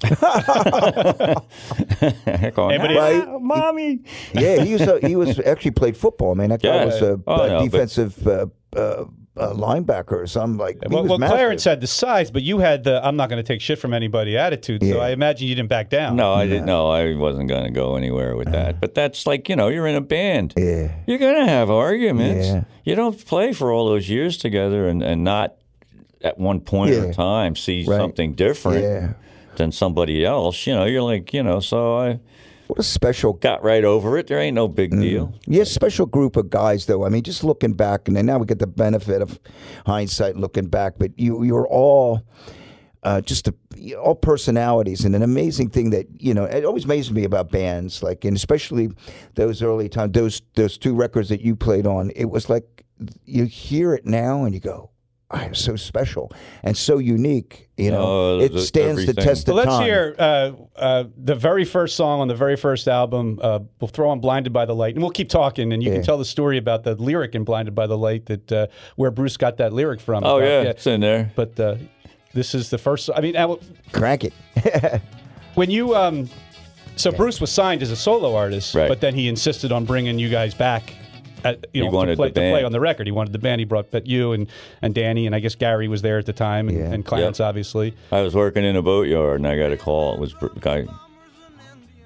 [SPEAKER 3] going,
[SPEAKER 1] but it-
[SPEAKER 3] "Ah, mommy.
[SPEAKER 2] yeah, he was a, he was actually played football. Man, that guy
[SPEAKER 3] Yeah.
[SPEAKER 2] was a,
[SPEAKER 3] Oh,
[SPEAKER 2] a
[SPEAKER 3] no, but-
[SPEAKER 2] defensive uh, uh, uh, linebacker or something like. he
[SPEAKER 1] Well,
[SPEAKER 2] was
[SPEAKER 1] well
[SPEAKER 2] massive.
[SPEAKER 1] Clarence had the size, but you had the "I'm not going to take shit from anybody" attitude. So I imagine you didn't back down.
[SPEAKER 3] No, I didn't. No, I wasn't going to go anywhere with that. But that's like you know, you're in a band.
[SPEAKER 2] Uh. Yeah.
[SPEAKER 3] You're going to have arguments.
[SPEAKER 2] Yeah.
[SPEAKER 3] You don't play for all those years together and, and not at one point
[SPEAKER 2] Yeah.
[SPEAKER 3] in time see
[SPEAKER 2] Right.
[SPEAKER 3] something different
[SPEAKER 2] Yeah.
[SPEAKER 3] than somebody else. You know, you're like you know. So I
[SPEAKER 2] What a special
[SPEAKER 3] got right over it. There ain't no
[SPEAKER 2] Mm.
[SPEAKER 3] big deal.
[SPEAKER 2] Yeah, special group of guys, though. I mean, just looking back, and then now we get the benefit of hindsight looking back. But you, you're all uh, just a, all personalities, and an amazing thing that you know. It always amazes me about bands, like and especially those early times. Those those two records that you played on, it was like you hear it now, and you go. I'm so special and so unique, you know.
[SPEAKER 3] Oh,
[SPEAKER 2] it
[SPEAKER 3] th-
[SPEAKER 2] stands the
[SPEAKER 3] everything.
[SPEAKER 2] test
[SPEAKER 1] So
[SPEAKER 2] of
[SPEAKER 1] let's
[SPEAKER 2] time.
[SPEAKER 1] hear uh, uh, the very first song on the very first album. Uh, we'll throw on "Blinded by the Light," and we'll keep talking. And you can tell the story about the lyric in "Blinded by the Light" that uh, where Bruce got that lyric from.
[SPEAKER 3] Oh
[SPEAKER 1] about-
[SPEAKER 3] yeah, it's in there.
[SPEAKER 1] But uh, this is the first. I mean, I-
[SPEAKER 2] Crank it.
[SPEAKER 1] when you um, so Bruce was signed as a solo artist,
[SPEAKER 3] Right.
[SPEAKER 1] but then he insisted on bringing you guys back. At, you know, to
[SPEAKER 3] wanted
[SPEAKER 1] play,
[SPEAKER 3] the
[SPEAKER 1] to play
[SPEAKER 3] band.
[SPEAKER 1] on the record. He wanted the band. He brought but you and, and Danny and I guess Gary was there at the time and,
[SPEAKER 2] Yeah.
[SPEAKER 1] and Clarence obviously.
[SPEAKER 3] I was working in a boatyard and I got a call. It was Bru- guy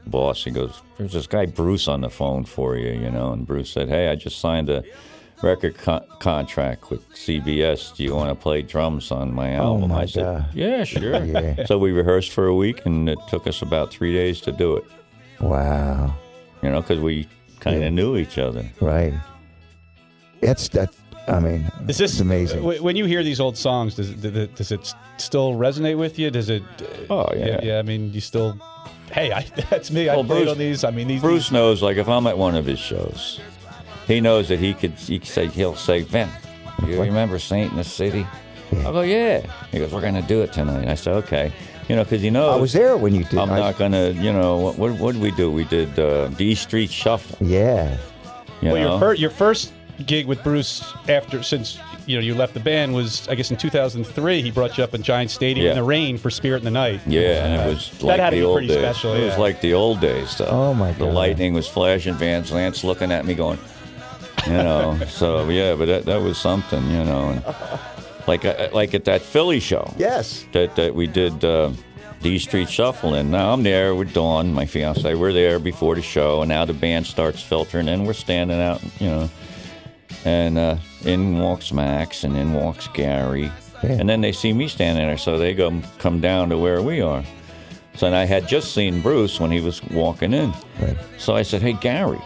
[SPEAKER 3] boss. He goes, "There's this guy Bruce on the phone for you," you know. And Bruce said, "Hey, I just signed a record con- contract with CBS. Do you want to play drums on my album?"
[SPEAKER 2] Oh, my
[SPEAKER 3] I said,
[SPEAKER 2] God.
[SPEAKER 3] "Yeah, sure."
[SPEAKER 2] Yeah.
[SPEAKER 3] So we rehearsed for a week, and it took us about three days to do it.
[SPEAKER 2] Wow.
[SPEAKER 3] You know, because we kind of
[SPEAKER 2] Yeah.
[SPEAKER 3] knew each other.
[SPEAKER 2] Right. That's that. I mean,
[SPEAKER 1] Is this
[SPEAKER 2] it's amazing.
[SPEAKER 1] w- When you hear these old songs, does it, does it- does it still resonate with you? Does it? uh,
[SPEAKER 3] Oh
[SPEAKER 1] yeah. I mean, you still. Hey, I, that's me. I
[SPEAKER 3] Well,
[SPEAKER 1] played
[SPEAKER 3] Bruce-
[SPEAKER 1] on these. I mean, these.
[SPEAKER 3] Bruce knows, like, if I'm at one of his shows, he knows that he could. He could say he'll say, "Vin, you remember Saint in the City?" I go, "Yeah." He goes, "We're gonna do it tonight." I said, "Okay," you know, because he knows
[SPEAKER 2] I was there when you did.
[SPEAKER 3] I'm
[SPEAKER 2] I-
[SPEAKER 3] not gonna, you know, what what, what did we do? We did uh, the East Street Shuffle.
[SPEAKER 2] Yeah.
[SPEAKER 3] You
[SPEAKER 1] Well, your,
[SPEAKER 3] know?
[SPEAKER 1] fir- your first gig with Bruce after since you know you left the band was I guess in 2003. He brought you up in Giant Stadium
[SPEAKER 3] Yeah.
[SPEAKER 1] in the rain for Spirit in the Night.
[SPEAKER 3] Yeah, and it was like
[SPEAKER 1] had to
[SPEAKER 3] the
[SPEAKER 1] be
[SPEAKER 3] old
[SPEAKER 1] pretty
[SPEAKER 3] days.
[SPEAKER 1] special,
[SPEAKER 3] It was
[SPEAKER 1] yeah.
[SPEAKER 3] like the old days, though.
[SPEAKER 2] Oh, my
[SPEAKER 3] The
[SPEAKER 2] God.
[SPEAKER 3] lightning was flashing. Vance Lance looking at me, going, you know. so yeah, but that, that was something, you know. And like uh, like at that Philly show
[SPEAKER 2] Yes.
[SPEAKER 3] that that we did. Uh, D Street Shuffle. And now I'm there with Dawn, my fiance. We're there before the show, and now the band starts filtering, and we're standing out, you know. And uh, in walks Max, and in walks Gary. And then they see me standing there, so they go come down to where we are. So, and I had just seen Bruce when he was walking in.
[SPEAKER 2] Right.
[SPEAKER 3] So I said, Hey, Gary,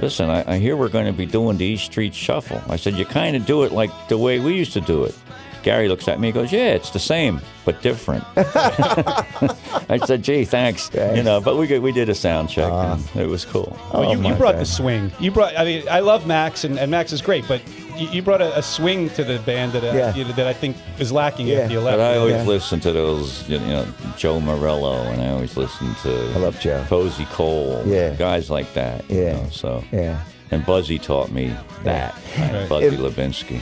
[SPEAKER 3] listen, I, I hear we're going to be doing the East Street Shuffle. I said, You kind of do it like the way we used to do it. Gary looks at me and goes, Yeah, it's the same, but different. I said, Gee, thanks. You know, but we, could- we did a sound check and it was cool.
[SPEAKER 1] Well, you,
[SPEAKER 2] Uh-huh. Oh, my
[SPEAKER 1] you brought the
[SPEAKER 2] God.
[SPEAKER 1] swing. You brought. I mean, I love Max, and, and Max is great, but you, you brought a, a swing to the band that uh,
[SPEAKER 2] Yeah.
[SPEAKER 1] you know, that I think is lacking
[SPEAKER 2] Yeah.
[SPEAKER 1] at the
[SPEAKER 3] But I
[SPEAKER 1] eleven.
[SPEAKER 3] always
[SPEAKER 2] Yeah.
[SPEAKER 3] listen to those, you know, Joe Morello, and I always listen to
[SPEAKER 2] I love Joe.
[SPEAKER 3] Posey Cole,
[SPEAKER 2] Yeah.
[SPEAKER 3] guys like that. you
[SPEAKER 2] Yeah.
[SPEAKER 3] know, so
[SPEAKER 2] Yeah.
[SPEAKER 3] and Buzzy taught me that.
[SPEAKER 1] Right.
[SPEAKER 3] Buzzy
[SPEAKER 2] If-
[SPEAKER 3] Levinsky.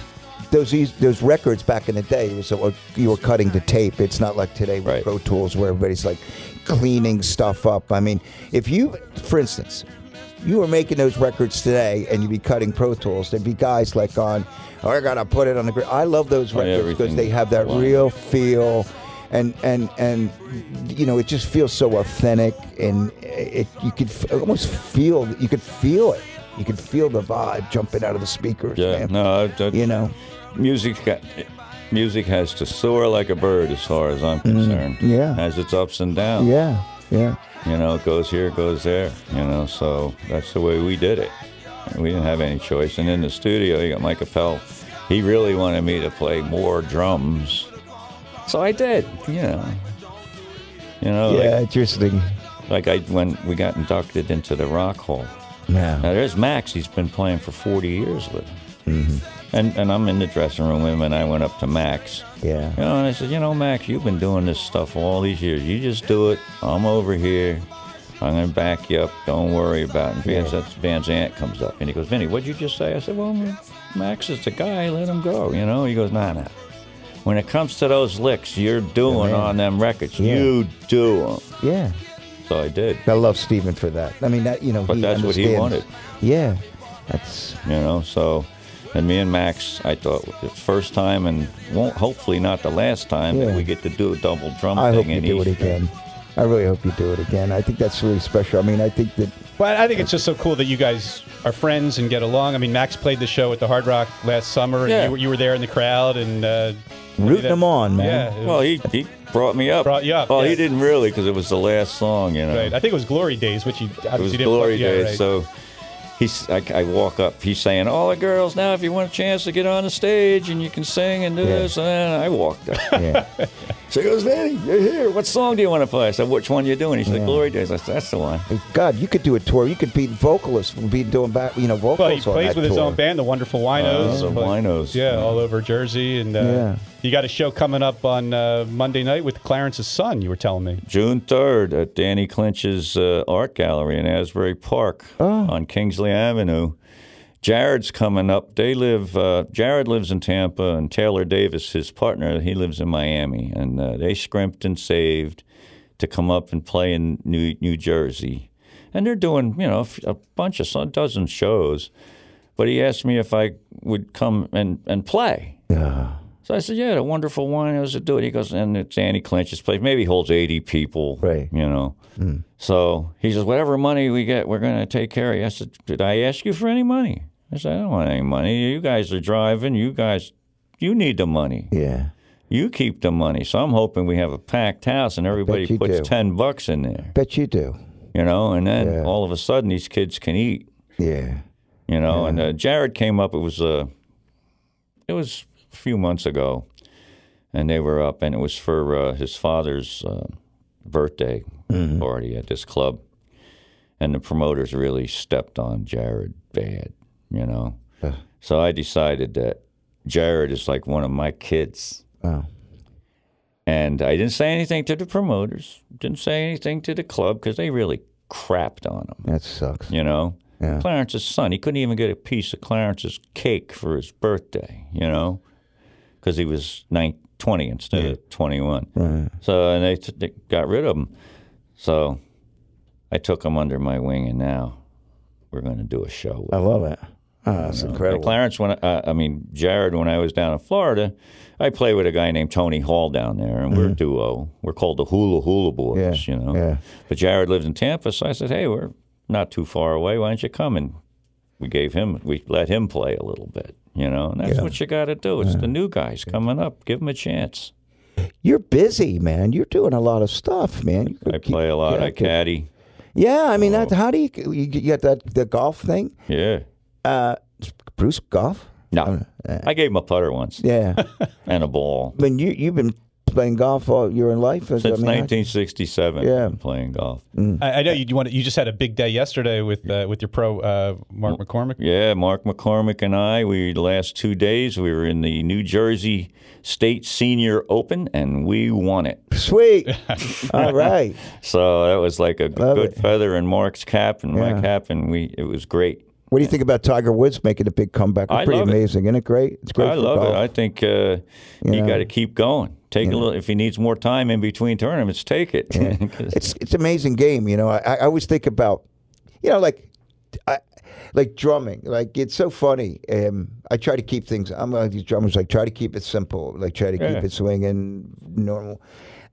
[SPEAKER 2] Those eas- those records back in the day, it was uh, you were cutting to tape. It's not like today with
[SPEAKER 3] Right.
[SPEAKER 2] Pro Tools where everybody's like cleaning stuff up. I mean, if you, for instance, you were making those records today and you'd be cutting Pro Tools, there'd be guys like on, oh, I gotta put it on the. Gr-. I love those
[SPEAKER 3] Oh, yeah,
[SPEAKER 2] records because
[SPEAKER 3] everything
[SPEAKER 2] they have that
[SPEAKER 3] aligned.
[SPEAKER 2] real feel. And, and and you know it just feels so authentic and it you could f- almost feel you could feel it you could feel the vibe jumping out of the speakers
[SPEAKER 3] Yeah,
[SPEAKER 2] man.
[SPEAKER 3] no, I, I,
[SPEAKER 2] you know
[SPEAKER 3] music got, music has to soar like a bird, as far as I'm concerned.
[SPEAKER 2] Mm, yeah.
[SPEAKER 3] has its ups and downs.
[SPEAKER 2] Yeah, yeah.
[SPEAKER 3] you know, it goes here, it goes there. You know, so that's the way we did it. We didn't have any choice. And in the studio, you got Mike Appel. He really wanted me to play more drums, so I did. You know, you know,
[SPEAKER 2] yeah, interesting.
[SPEAKER 3] like, like I when we got inducted into the Rock Hall. Now
[SPEAKER 2] Yeah.
[SPEAKER 3] there's Max. He's been playing for 40 years with him.
[SPEAKER 2] Mm-hmm.
[SPEAKER 3] And and I'm in the dressing room with him, and I went up to Max.
[SPEAKER 2] Yeah.
[SPEAKER 3] You know, and I said, you know, Max, you've been doing this stuff all these years. You just do it. I'm over here. I'm going to back you up. Don't worry about it. And Van's, that's Van's aunt comes up and he goes, Vinny, what'd you just say? I said, well, Max is the guy. Let him go. You know, he goes, nah, nah. When it comes to those licks you're doing
[SPEAKER 2] man.
[SPEAKER 3] on them records,
[SPEAKER 2] Yeah.
[SPEAKER 3] you do them.
[SPEAKER 2] Yeah.
[SPEAKER 3] So I did.
[SPEAKER 2] I love Steven for that. I mean, that you know.
[SPEAKER 3] But
[SPEAKER 2] he
[SPEAKER 3] that's what he
[SPEAKER 2] understands.
[SPEAKER 3] wanted.
[SPEAKER 2] Yeah. That's
[SPEAKER 3] you know. So, and me and Max, I thought the first time and won't hopefully not the last time
[SPEAKER 2] Yeah.
[SPEAKER 3] that we get to do a double drum
[SPEAKER 2] I
[SPEAKER 3] thing.
[SPEAKER 2] hope you
[SPEAKER 3] in
[SPEAKER 2] do it
[SPEAKER 3] East.
[SPEAKER 2] again. I really hope you do it again. I think that's really special. I mean, I think that
[SPEAKER 1] But I think it's just so cool that you guys are friends and get along. I mean, Max played the show at the Hard Rock last summer, and
[SPEAKER 3] Yeah.
[SPEAKER 1] you, were, you were there in the crowd and uh,
[SPEAKER 2] rooting them on, man.
[SPEAKER 1] Yeah. it
[SPEAKER 3] Well,
[SPEAKER 1] was-
[SPEAKER 3] he, he brought me up.
[SPEAKER 1] Brought you up,
[SPEAKER 3] Well,
[SPEAKER 1] yeah.
[SPEAKER 3] he didn't really because it was the last song, you know.
[SPEAKER 1] right. I think it was Glory Days, which you obviously
[SPEAKER 3] It was
[SPEAKER 1] didn't play.
[SPEAKER 3] glory days.
[SPEAKER 1] Yeah, right.
[SPEAKER 3] So he's, I, I walk up. He's saying, "All the girls now, if you want a chance to get on the stage and you can sing and do
[SPEAKER 2] Yeah.
[SPEAKER 3] this." And then I walked up.
[SPEAKER 2] Yeah.
[SPEAKER 3] she goes, "Vinny, you're here. What song do you want to play?" I said, "Which one you doing?" He said,
[SPEAKER 2] Yeah.
[SPEAKER 3] "Glory days." I said, "That's the one."
[SPEAKER 2] God, you could do a tour. You could be vocalist. Be doing back, you know, vocals
[SPEAKER 1] Well, he
[SPEAKER 2] on
[SPEAKER 1] plays
[SPEAKER 2] that
[SPEAKER 1] with his
[SPEAKER 2] tour.
[SPEAKER 1] own band, the Wonderful Winos.
[SPEAKER 3] the
[SPEAKER 1] But-
[SPEAKER 3] Winos.
[SPEAKER 1] Yeah, all over Jersey, and uh,
[SPEAKER 2] Yeah.
[SPEAKER 1] you got a show coming up on uh, Monday night with Clarence's son. You were telling me.
[SPEAKER 3] June 3rd at Danny Clinch's uh, Art Gallery in Asbury Park on Kingsley Avenue. Jared's coming up. They live. Uh, Jared lives in Tampa, and Taylor Davis, his partner, he lives in Miami, and uh, they scrimped and saved to come up and play in New New Jersey, and they're doing you know a f- a bunch of a dozen shows. But he asked me if I would come and and play. So I said, "Yeah, the wonderful winos that do it." He goes, "And it's Andy Clinch's place. Maybe he holds eighty people,
[SPEAKER 2] Right. Hmm.
[SPEAKER 3] You know." So he says, "Whatever money we get, we're going to take care of." you. I said, "Did I ask you for any money?" I said, "I don't want any money. You guys are driving. You guys, you need the money.
[SPEAKER 2] Yeah.
[SPEAKER 3] You keep the money." So I'm hoping we have a packed house and everybody
[SPEAKER 2] you
[SPEAKER 3] puts
[SPEAKER 2] do.
[SPEAKER 3] ten bucks in there,
[SPEAKER 2] Bet you do.
[SPEAKER 3] you know, and then
[SPEAKER 2] Yeah.
[SPEAKER 3] all of a sudden these kids can eat
[SPEAKER 2] Yeah.
[SPEAKER 3] you know. And uh, Jared came up. It was uh, it was a few months ago, and they were up, and it was for uh, his father's uh, birthday
[SPEAKER 2] Mm-hmm.
[SPEAKER 3] party at this club, and the promoters really stepped on Jared bad, you know. So I decided that Jared is like one of my kids.
[SPEAKER 2] Wow.
[SPEAKER 3] And I didn't say anything to the promoters, didn't say anything to the club because they really crapped on him
[SPEAKER 2] That sucks.
[SPEAKER 3] you know.
[SPEAKER 2] Yeah.
[SPEAKER 3] Clarence's son, he couldn't even get a piece of Clarence's cake for his birthday, you know, because he was nine, 20 instead of 21. So, and they, t- they got rid of him. So I took him under my wing, and now we're going to do a show. with
[SPEAKER 2] I love it. Oh, that's incredible.
[SPEAKER 3] And Clarence, when uh, I mean Jared, when I was down in Florida, I played with a guy named Tony Hall down there, and we're a duo. We're called the Hula Hula Boys,
[SPEAKER 2] Mm-hmm. Yeah,
[SPEAKER 3] you know.
[SPEAKER 2] yeah.
[SPEAKER 3] But Jared lived in Tampa, so I said, "Hey, we're not too far away. Why don't you come?" And we gave him, we let him play a little bit, you know. And that's what you got to do. It's the new guys coming up. Give them a chance.
[SPEAKER 2] You're busy, man. You're doing a lot of stuff, man. You could
[SPEAKER 3] I
[SPEAKER 2] keep-
[SPEAKER 3] play a lot.
[SPEAKER 2] yeah,
[SPEAKER 3] I caddy.
[SPEAKER 2] Yeah, I mean, that, how do you you, you got that the golf thing?
[SPEAKER 3] Yeah.
[SPEAKER 2] Uh, Bruce Golf?
[SPEAKER 3] No, I gave him a putter once
[SPEAKER 2] uh, Yeah,
[SPEAKER 3] and a ball.
[SPEAKER 2] I mean, you you've been playing golf all your life. Since
[SPEAKER 3] Since
[SPEAKER 2] I mean, I-
[SPEAKER 3] 1967,
[SPEAKER 2] Yeah.
[SPEAKER 3] I've been playing golf.
[SPEAKER 1] I, I know you want. You just had a big day yesterday with uh, with your pro uh, Mark McCormick.
[SPEAKER 3] Yeah, Mark McCormick and I, we the last two days we were in the New Jersey State Senior Open and we won it.
[SPEAKER 2] sweet. all right.
[SPEAKER 3] So that was like a g-
[SPEAKER 2] Love
[SPEAKER 3] good
[SPEAKER 2] it.
[SPEAKER 3] feather in Mark's cap and
[SPEAKER 2] Yeah.
[SPEAKER 3] my cap and we it was great.
[SPEAKER 2] What do you think about Tiger Woods making a big comeback? It's
[SPEAKER 3] I
[SPEAKER 2] pretty
[SPEAKER 3] love it.
[SPEAKER 2] amazing, isn't it? Great. It's great.
[SPEAKER 3] I
[SPEAKER 2] for
[SPEAKER 3] love
[SPEAKER 2] golf.
[SPEAKER 3] it. I think uh, you,
[SPEAKER 2] know.
[SPEAKER 3] got to keep going. Take a little if he needs more time in between tournaments, take it. 'Cause-
[SPEAKER 2] it's it's an amazing game. You know, I, I always think about, you know, like, I, like drumming. Like it's so funny. Um, I try to keep things. I'm one of these drummers. Like try to keep it simple. Like try to
[SPEAKER 3] Yeah.
[SPEAKER 2] keep it swinging normal.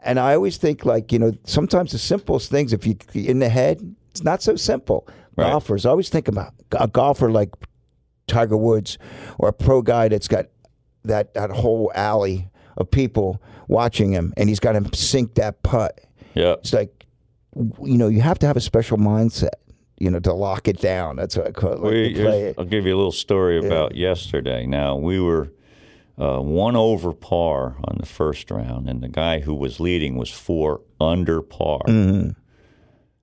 [SPEAKER 2] And I always think like you know sometimes the simplest things if you in the head it's not so simple.
[SPEAKER 3] Right.
[SPEAKER 2] Golfers I always think about a golfer like Tiger Woods or a pro guy that's got that that whole alley of people watching him and he's got to sink that putt
[SPEAKER 3] yeah.
[SPEAKER 2] it's like you know you have to have a special mindset you know to lock it down that's what i call it like
[SPEAKER 3] We-
[SPEAKER 2] to play
[SPEAKER 3] here's-
[SPEAKER 2] it
[SPEAKER 3] I'll give you a little story about yesterday. Now we were uh, one over par on the first round, and the guy who was leading was four under par.
[SPEAKER 2] Mm-hmm.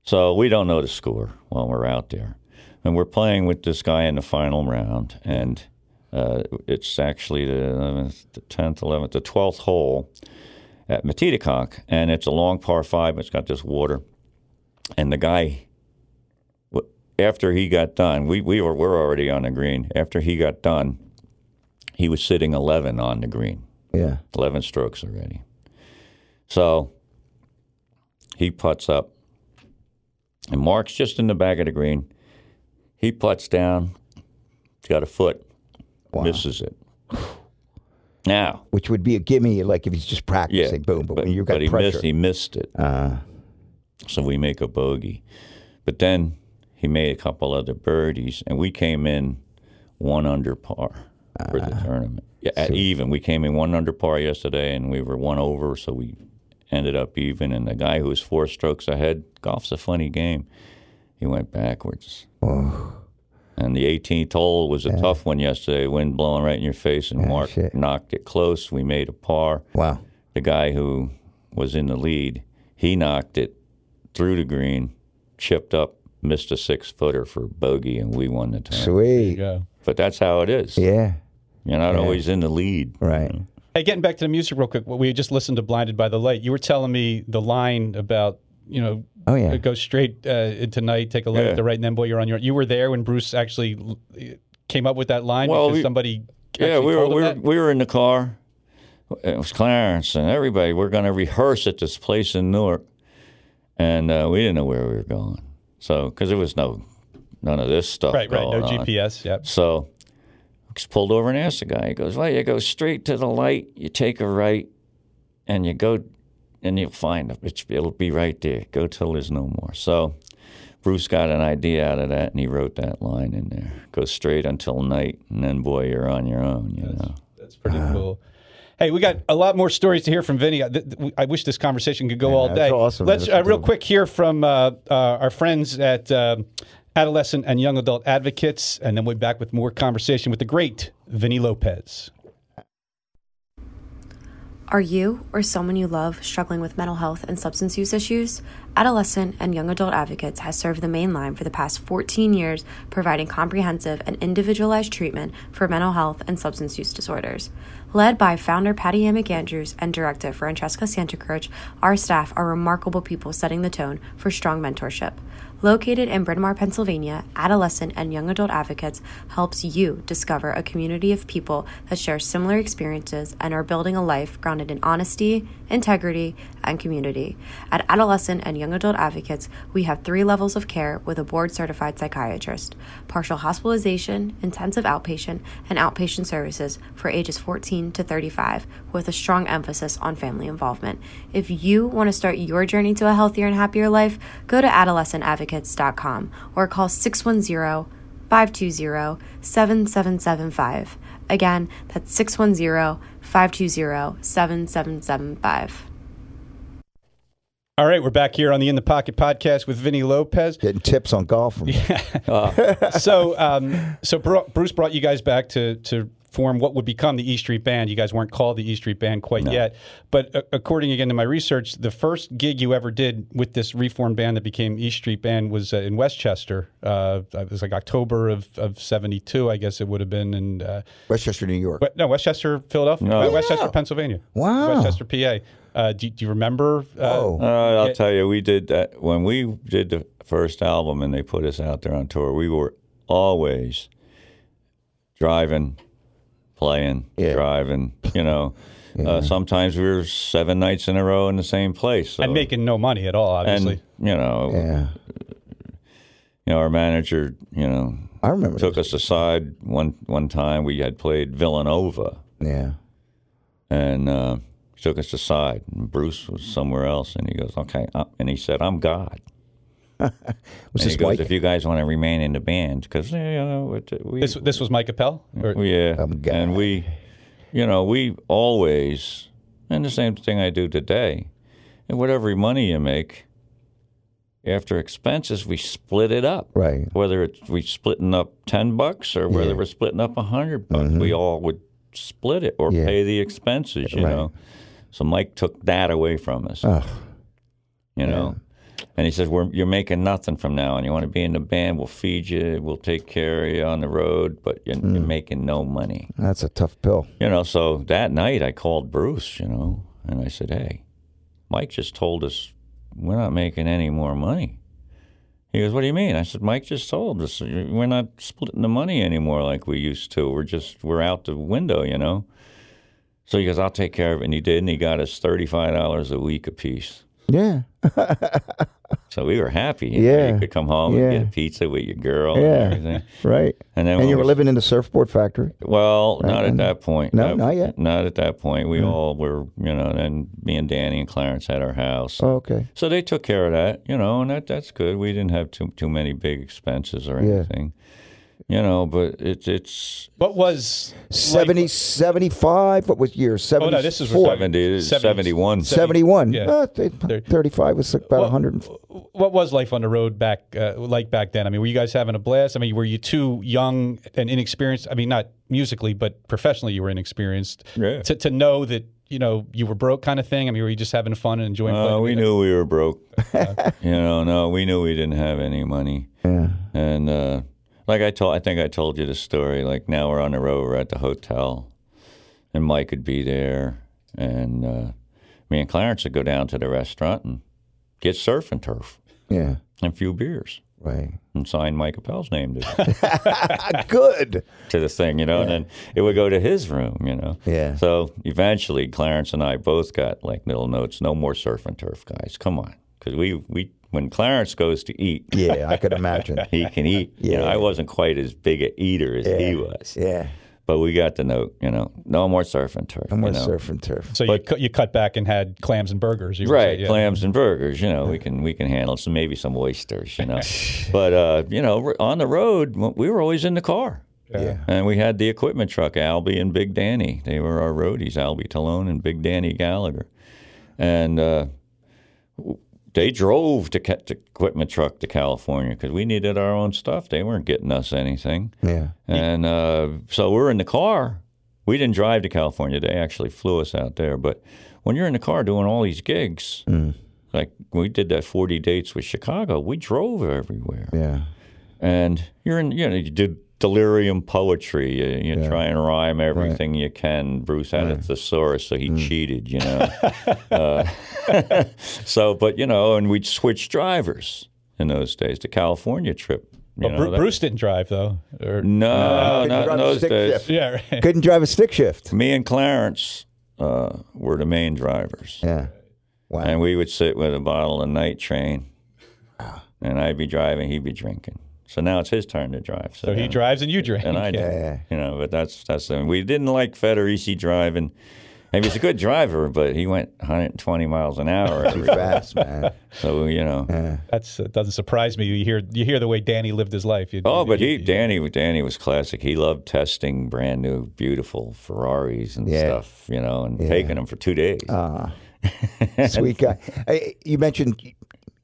[SPEAKER 3] So we don't know the score while we're out there, and we're playing with this guy in the final round, and uh, it's actually the 11th, the tenth, eleventh, the twelfth hole at Matitaconk, and it's a long par five. It's got this water, and the guy w- after he got done, we, we were we're already on the green. After he got done, he was sitting eleven on the green,
[SPEAKER 2] yeah
[SPEAKER 3] eleven strokes already. So he puts up, and Mark's just in the back of the green. He puts down, he's got a foot, misses it. Now
[SPEAKER 2] which would be a gimme like if he's just practicing boom but, when you've got
[SPEAKER 3] he
[SPEAKER 2] pressure Uh.
[SPEAKER 3] missed. He missed it. so we make a bogey, but then he made a couple other birdies, and we came in one under par for
[SPEAKER 2] Ah.
[SPEAKER 3] the tournament. Yeah, at even we came in one under par yesterday, and we were one over, so we ended up even. And the guy who was four strokes ahead, golf's a funny game. He went backwards. And the 18th hole was a tough one yesterday. Wind blowing right in your face, and Mark
[SPEAKER 2] shit.
[SPEAKER 3] knocked it close. We made a par
[SPEAKER 2] wow
[SPEAKER 3] the guy who was in the lead, he knocked it through the green, chipped up, missed a six footer for bogey, and we won the tournament.
[SPEAKER 2] sweet
[SPEAKER 1] Yeah.
[SPEAKER 3] But that's how it is.
[SPEAKER 2] yeah
[SPEAKER 3] You're not always in the lead.
[SPEAKER 2] right
[SPEAKER 1] Hey, getting back to the music real quick. What we just listened to "Blinded by the Light." You were telling me the line about you know.
[SPEAKER 2] Oh, yeah.
[SPEAKER 1] Go straight uh, into night, take a look
[SPEAKER 3] Yeah.
[SPEAKER 1] at the right, and then boy, you're on your. You were there when Bruce actually l- came up with that line
[SPEAKER 3] Well,
[SPEAKER 1] because
[SPEAKER 3] we-
[SPEAKER 1] somebody.
[SPEAKER 3] Yeah,
[SPEAKER 1] actually
[SPEAKER 3] we were
[SPEAKER 1] told him
[SPEAKER 3] we were,
[SPEAKER 1] that?
[SPEAKER 3] we were in the car. It was Clarence and everybody. We're going to rehearse at this place in Newark, and uh, we didn't know where we were going. So, because there was no none of this stuff
[SPEAKER 1] Right, right.
[SPEAKER 3] going
[SPEAKER 1] No
[SPEAKER 3] on.
[SPEAKER 1] GPS. Yep.
[SPEAKER 3] So just pulled over and asked the guy. He goes, Well, you go straight to the light, you take a right, and you go and you'll find it. It's, it'll be right there. Go till there's no more. So Bruce got an idea out of that and he wrote that line in there. Go straight until night, and then boy, you're on your own, you know.
[SPEAKER 1] That's pretty cool. Hey, we got a lot more stories to hear from Vinny. I, th- th- I wish this conversation could go all
[SPEAKER 2] that's
[SPEAKER 1] day.
[SPEAKER 2] awesome.
[SPEAKER 1] Let's
[SPEAKER 2] That's
[SPEAKER 1] uh, real
[SPEAKER 2] cool.
[SPEAKER 1] quick hear from uh, uh, our friends at um Adolescent and Young Adult Advocates, and then we'll be back with more conversation with the great Vinny Lopez.
[SPEAKER 4] Are you or someone you love struggling with mental health and substance use issues? Adolescent and Young Adult Advocates has served the main line for the past 14 years, providing comprehensive and individualized treatment for mental health and substance use disorders. Led by founder Patty A. McAndrews and director Francesca Santacroce, our staff are remarkable people setting the tone for strong mentorship. Located in Bryn Mawr, Pennsylvania, Adolescent and Young Adult Advocates helps you discover a community of people that share similar experiences and are building a life grounded in honesty, integrity, and community. At Adolescent and Young Young Adult Advocates, we have three levels of care with a board certified psychiatrist partial hospitalization, intensive outpatient, and outpatient services for ages 14 to 35, with a strong emphasis on family involvement. If you want to start your journey to a healthier and happier life, go to adolescentadvocates.com or call 610 520 7775. Again, that's 610 520 7775.
[SPEAKER 1] All right, we're back here on the In the Pocket podcast with Vinny Lopez.
[SPEAKER 2] Getting tips on golf. From
[SPEAKER 1] So, um, so Bru- Bruce brought you guys back to to form what would become the E Street Band. You guys weren't called the E Street Band quite yet, but a- according again to my research, the first gig you ever did with this reformed band that became E Street Band was uh, in Westchester. Uh, it was like October of of '72, I guess it would have been, and. Uh,
[SPEAKER 2] Westchester, New York.
[SPEAKER 1] but no, Westchester, Philadelphia, Uh, Westchester, Pennsylvania.
[SPEAKER 2] Wow.
[SPEAKER 1] Westchester, PA. Uh, do, do you remember? Uh,
[SPEAKER 2] Oh,
[SPEAKER 3] Uh, I'll tell you, we did that when we did the first album and they put us out there on tour. We were always driving, playing,
[SPEAKER 2] Yeah.
[SPEAKER 3] driving. You know, uh, sometimes we were seven nights in a row in the same place. So,
[SPEAKER 1] and making no money at all,
[SPEAKER 3] and
[SPEAKER 1] obviously.
[SPEAKER 3] you know,
[SPEAKER 2] yeah.
[SPEAKER 3] you know, our manager, you know,
[SPEAKER 2] I remember.
[SPEAKER 3] took us aside one one time. We had played Villanova,
[SPEAKER 2] yeah.
[SPEAKER 3] and uh, he took us aside. And Bruce was somewhere else, and he goes, "Okay," uh, and he said, "I'm God."
[SPEAKER 2] Was
[SPEAKER 3] And he
[SPEAKER 2] this
[SPEAKER 3] goes,
[SPEAKER 2] Mike?
[SPEAKER 3] if you guys want to remain in the band, because you know it- we,
[SPEAKER 1] this this was Mike Appel? Or,
[SPEAKER 3] we, yeah,
[SPEAKER 2] I'm God.
[SPEAKER 3] and we, you know, we always, and the same thing I do today, and whatever money you make, after expenses, we split it up.
[SPEAKER 2] Right.
[SPEAKER 3] Whether it's we splitting up ten bucks or whether we're splitting up a hundred bucks, we all would split it or
[SPEAKER 2] Mm-hmm. Yeah.
[SPEAKER 3] pay the expenses. You
[SPEAKER 2] Right.
[SPEAKER 3] know, so Mike took that away from us
[SPEAKER 2] Ugh.
[SPEAKER 3] you know. And he says, We're, "You're making nothing from now on. You want to be in the band? We'll feed you. We'll take care of you on the road, but you're, you're making no money."
[SPEAKER 2] That's a tough pill.
[SPEAKER 3] You know. So that night, I called Bruce, you know, and I said, "Hey, Mike just told us we're not making any more money." He goes, "What do you mean?" I said, "Mike just told us we're not splitting the money anymore like we used to. We're just we're out the window, you know." So he goes, "I'll take care of it," and he did, and he got us thirty-five dollars a week apiece.
[SPEAKER 2] Yeah.
[SPEAKER 3] So we were happy. You know,
[SPEAKER 2] Yeah.
[SPEAKER 3] you could come home and
[SPEAKER 2] Yeah.
[SPEAKER 3] get a pizza with your girl
[SPEAKER 2] Yeah.
[SPEAKER 3] and everything.
[SPEAKER 2] Right.
[SPEAKER 3] And then
[SPEAKER 2] And
[SPEAKER 3] when
[SPEAKER 2] you were
[SPEAKER 3] we-
[SPEAKER 2] living in the surfboard factory.
[SPEAKER 3] Well, not at that point.
[SPEAKER 2] No,
[SPEAKER 3] That-
[SPEAKER 2] not yet.
[SPEAKER 3] Not at that point. We all were, you know. Then me and Danny and Clarence had our house.
[SPEAKER 2] Oh, okay.
[SPEAKER 3] So they took care of that, you know, and that that's good. We didn't have too too many big expenses or
[SPEAKER 2] Yeah.
[SPEAKER 3] anything, you know. But it's it's
[SPEAKER 1] what was
[SPEAKER 2] 70,
[SPEAKER 1] Like,
[SPEAKER 2] 75. What was year? 74.
[SPEAKER 1] oh no, this is
[SPEAKER 3] seventy seventy one.
[SPEAKER 1] Seventy-
[SPEAKER 2] 71.
[SPEAKER 1] yeah.
[SPEAKER 2] Uh, th- 35 was about 100.
[SPEAKER 1] what was life on the road back uh, like back then? I mean, were you guys having a blast? I mean, were you too young and inexperienced? I mean, not musically, but professionally, you were inexperienced
[SPEAKER 3] Yeah.
[SPEAKER 1] to to know that you know you were broke kind of thing. I mean, were you just having fun and enjoying?
[SPEAKER 3] Uh,
[SPEAKER 1] playing
[SPEAKER 3] we knew we were broke. you know, no, we knew we didn't have any money.
[SPEAKER 2] Yeah.
[SPEAKER 3] And uh, like I told, I think I told you the story. Like now we're on the road, we're at the hotel, and Mike would be there, and uh, me and Clarence would go down to the restaurant and get surf and turf
[SPEAKER 2] Yeah.
[SPEAKER 3] and a few beers
[SPEAKER 2] Right.
[SPEAKER 3] and sign Mike Appel's name to,
[SPEAKER 2] Ah, good.
[SPEAKER 3] to the thing, you know. And then it would go to his room, you know.
[SPEAKER 2] Yeah.
[SPEAKER 3] So eventually, Clarence and I both got like little notes. No more surf and turf, guys. Come on, because we we when Clarence goes to eat,
[SPEAKER 2] Yeah, I could imagine.
[SPEAKER 3] he can eat. You know,
[SPEAKER 2] Yeah.
[SPEAKER 3] I wasn't quite as big an eater as he was.
[SPEAKER 2] Yeah.
[SPEAKER 3] But we got the note, you know, no more surf and turf.
[SPEAKER 2] No more
[SPEAKER 3] you know.
[SPEAKER 2] surf and turf.
[SPEAKER 1] So you cut, you cut back and had clams and burgers, you would
[SPEAKER 3] Right,
[SPEAKER 1] say, yeah.
[SPEAKER 3] clams and burgers. You know, we can we can handle some maybe some oysters. You know, but uh, you know, we're- on the road we were always in the car,
[SPEAKER 2] Yeah.
[SPEAKER 3] and we had the equipment truck. Albie and Big Danny, they were our roadies. Albie Talone and Big Danny Gallagher, and uh, w- they drove to ca- the equipment truck to California because we needed our own stuff. They weren't getting us anything.
[SPEAKER 2] Yeah.
[SPEAKER 3] And uh, so we're in the car. We didn't drive to California. They actually flew us out there. But when you're in the car doing all these gigs, like we did that 40 dates with Chicago, we drove everywhere.
[SPEAKER 2] Yeah.
[SPEAKER 3] And you're in, you know, you do delirium poetry. You, you try and rhyme everything you can. Bruce had a thesaurus, so he
[SPEAKER 1] Mm.
[SPEAKER 3] cheated, you know. Uh, so, but, you know, and we'd switch drivers in those days. The California trip. you
[SPEAKER 1] But
[SPEAKER 3] know,
[SPEAKER 1] Oh, Bru- uh,
[SPEAKER 3] that-
[SPEAKER 1] Bruce didn't drive though. Or,
[SPEAKER 3] No,
[SPEAKER 2] Couldn't
[SPEAKER 3] Oh, not in
[SPEAKER 2] drive a
[SPEAKER 3] those
[SPEAKER 2] stick
[SPEAKER 3] days.
[SPEAKER 2] shift.
[SPEAKER 1] Yeah. Right.
[SPEAKER 2] Couldn't drive a stick shift.
[SPEAKER 3] Me and Clarence uh, were the main drivers,
[SPEAKER 2] Yeah. Wow.
[SPEAKER 3] And we would sit with a bottle of night train.
[SPEAKER 1] Ah.
[SPEAKER 3] And I'd be driving, he'd be drinking. So now it's his turn to drive.
[SPEAKER 1] So he drives and you drink.
[SPEAKER 3] and I do.
[SPEAKER 2] Yeah.
[SPEAKER 3] You know, but that's that's the we didn't like Federici driving. I mean, he's a good driver, but he went 120 miles an hour. every-
[SPEAKER 2] Fast man.
[SPEAKER 3] so you know.
[SPEAKER 1] That's uh, doesn't surprise me. You hear you hear the way Danny lived his life. You-
[SPEAKER 3] Oh, but
[SPEAKER 1] you-
[SPEAKER 3] he, Danny, Danny was classic. He loved testing brand new, beautiful Ferraris and
[SPEAKER 2] Yeah. Uh,
[SPEAKER 3] stuff, you know, and taking them for two days.
[SPEAKER 2] Sweet guy. Hey, you mentioned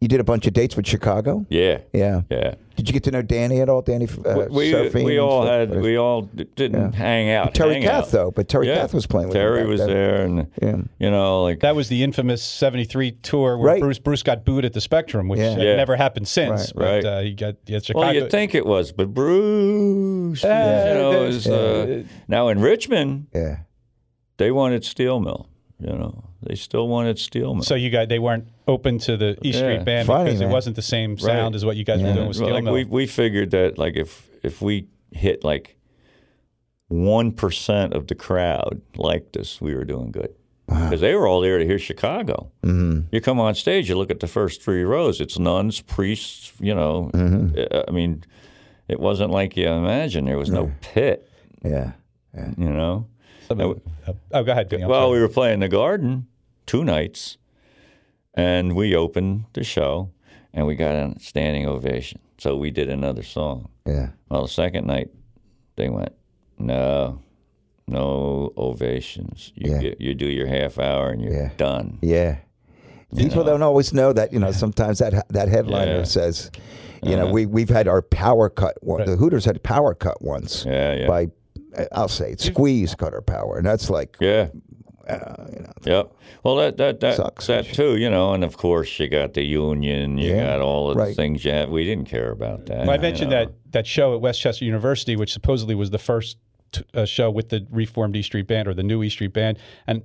[SPEAKER 2] you did a bunch of dates with Chicago.
[SPEAKER 3] yeah,
[SPEAKER 2] Yeah.
[SPEAKER 3] yeah.
[SPEAKER 2] Did you get to know Danny at all? Danny uh,
[SPEAKER 3] We
[SPEAKER 2] Serafine
[SPEAKER 3] we
[SPEAKER 2] and
[SPEAKER 3] all
[SPEAKER 2] stuff?
[SPEAKER 3] had we all d- didn't hang out.
[SPEAKER 2] Terry
[SPEAKER 3] hang
[SPEAKER 2] Kath
[SPEAKER 3] out.
[SPEAKER 2] though, but Terry
[SPEAKER 3] Yeah.
[SPEAKER 2] Kath was playing with him
[SPEAKER 3] Terry
[SPEAKER 2] back
[SPEAKER 3] was
[SPEAKER 2] then.
[SPEAKER 3] there, and you know, like
[SPEAKER 1] That was the infamous '73 tour where
[SPEAKER 2] Right.
[SPEAKER 1] Bruce Bruce got booed at the Spectrum, which
[SPEAKER 2] Yeah.
[SPEAKER 1] uh,
[SPEAKER 3] Yeah.
[SPEAKER 1] never happened since.
[SPEAKER 3] Right,
[SPEAKER 1] But
[SPEAKER 3] right.
[SPEAKER 1] uh, he got yeah, Chicago.
[SPEAKER 3] Well, you'd think it was, but Bruce, you know, is, uh, now in Richmond,
[SPEAKER 2] Yeah.
[SPEAKER 3] they wanted steel mill. You know, they still wanted steel mill.
[SPEAKER 1] so you guys they weren't open to the E Street
[SPEAKER 3] Yeah.
[SPEAKER 1] Band
[SPEAKER 2] Funny,
[SPEAKER 1] because
[SPEAKER 2] man.
[SPEAKER 1] it wasn't the same sound as what you guys were doing with
[SPEAKER 3] Well,
[SPEAKER 1] Steel
[SPEAKER 3] like
[SPEAKER 1] Mill.
[SPEAKER 3] we we figured that like if if we hit like one percent of the crowd liked us, we were doing good because they were all there to hear Chicago.
[SPEAKER 1] Mm-hmm.
[SPEAKER 3] mm You come on stage, you look at the first three rows. It's nuns, priests. You know,
[SPEAKER 1] Mm-hmm.
[SPEAKER 3] uh, I mean, it wasn't like you imagine. There was no pit.
[SPEAKER 2] Yeah.
[SPEAKER 3] You know.
[SPEAKER 1] Some of the- uh, oh, go ahead. Benny, I'm
[SPEAKER 3] Well,
[SPEAKER 1] sorry.
[SPEAKER 3] we were playing the Garden two nights, and we opened the show, and we got a standing ovation. So we did another song.
[SPEAKER 2] Yeah.
[SPEAKER 3] Well, the second night, they went, no, no ovations. You
[SPEAKER 2] Yeah.
[SPEAKER 3] get, you do your half hour and you're
[SPEAKER 2] Yeah.
[SPEAKER 3] done.
[SPEAKER 2] Yeah. People don't always know that, you know, sometimes that that headliner
[SPEAKER 3] Yeah. Uh-huh.
[SPEAKER 2] says, you know, we we've had our power cut one. The Hooters had a power cut once
[SPEAKER 3] Yeah, yeah,
[SPEAKER 2] by uh, I'll say it, squeeze cutter power. And that's like
[SPEAKER 3] yeah.
[SPEAKER 2] uh, you know,
[SPEAKER 3] Yep. Well, that that that
[SPEAKER 2] Sucks.
[SPEAKER 3] that too, you know, and of course you got the union, you
[SPEAKER 2] Yeah,
[SPEAKER 3] got all of
[SPEAKER 2] right.
[SPEAKER 3] the things you have. We didn't care about that.
[SPEAKER 1] Well, I
[SPEAKER 3] you
[SPEAKER 1] mentioned
[SPEAKER 3] know.
[SPEAKER 1] that that show at Westchester University, which supposedly was the first t- uh, show with the reformed E Street Band or the new E Street Band, and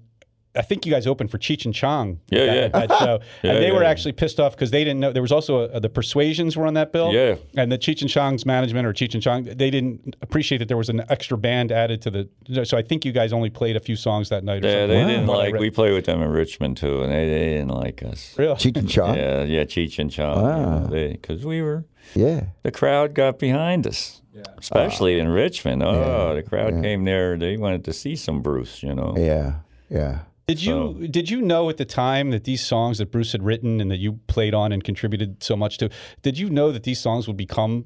[SPEAKER 1] I think you guys opened for Cheech and Chong.
[SPEAKER 3] Yeah,
[SPEAKER 1] at
[SPEAKER 3] yeah.
[SPEAKER 1] that, At that show, and they
[SPEAKER 3] yeah,
[SPEAKER 1] were
[SPEAKER 3] yeah.
[SPEAKER 1] actually pissed off because they didn't know there was also a, the Persuasions were on that bill.
[SPEAKER 3] Yeah.
[SPEAKER 1] and the Cheech and Chong's management or Cheech and Chong they didn't appreciate that there was an extra band added to the. So I think you guys only played a few songs that night. Or
[SPEAKER 3] Yeah,
[SPEAKER 1] something.
[SPEAKER 3] they didn't
[SPEAKER 1] From what I
[SPEAKER 3] like.
[SPEAKER 1] read.
[SPEAKER 3] We played with them in Richmond too, and they, they didn't like us.
[SPEAKER 1] Really?
[SPEAKER 2] Cheech and Chong.
[SPEAKER 3] Yeah, yeah, Cheech and Chong. Because we were
[SPEAKER 2] Yeah.
[SPEAKER 3] the crowd got behind us, especially in Richmond. Oh, the crowd came there. They wanted to see some Bruce, you know.
[SPEAKER 2] Yeah. Yeah.
[SPEAKER 1] Did you did you know at the time that these songs that Bruce had written and that you played on and contributed so much to, did you know that these songs would become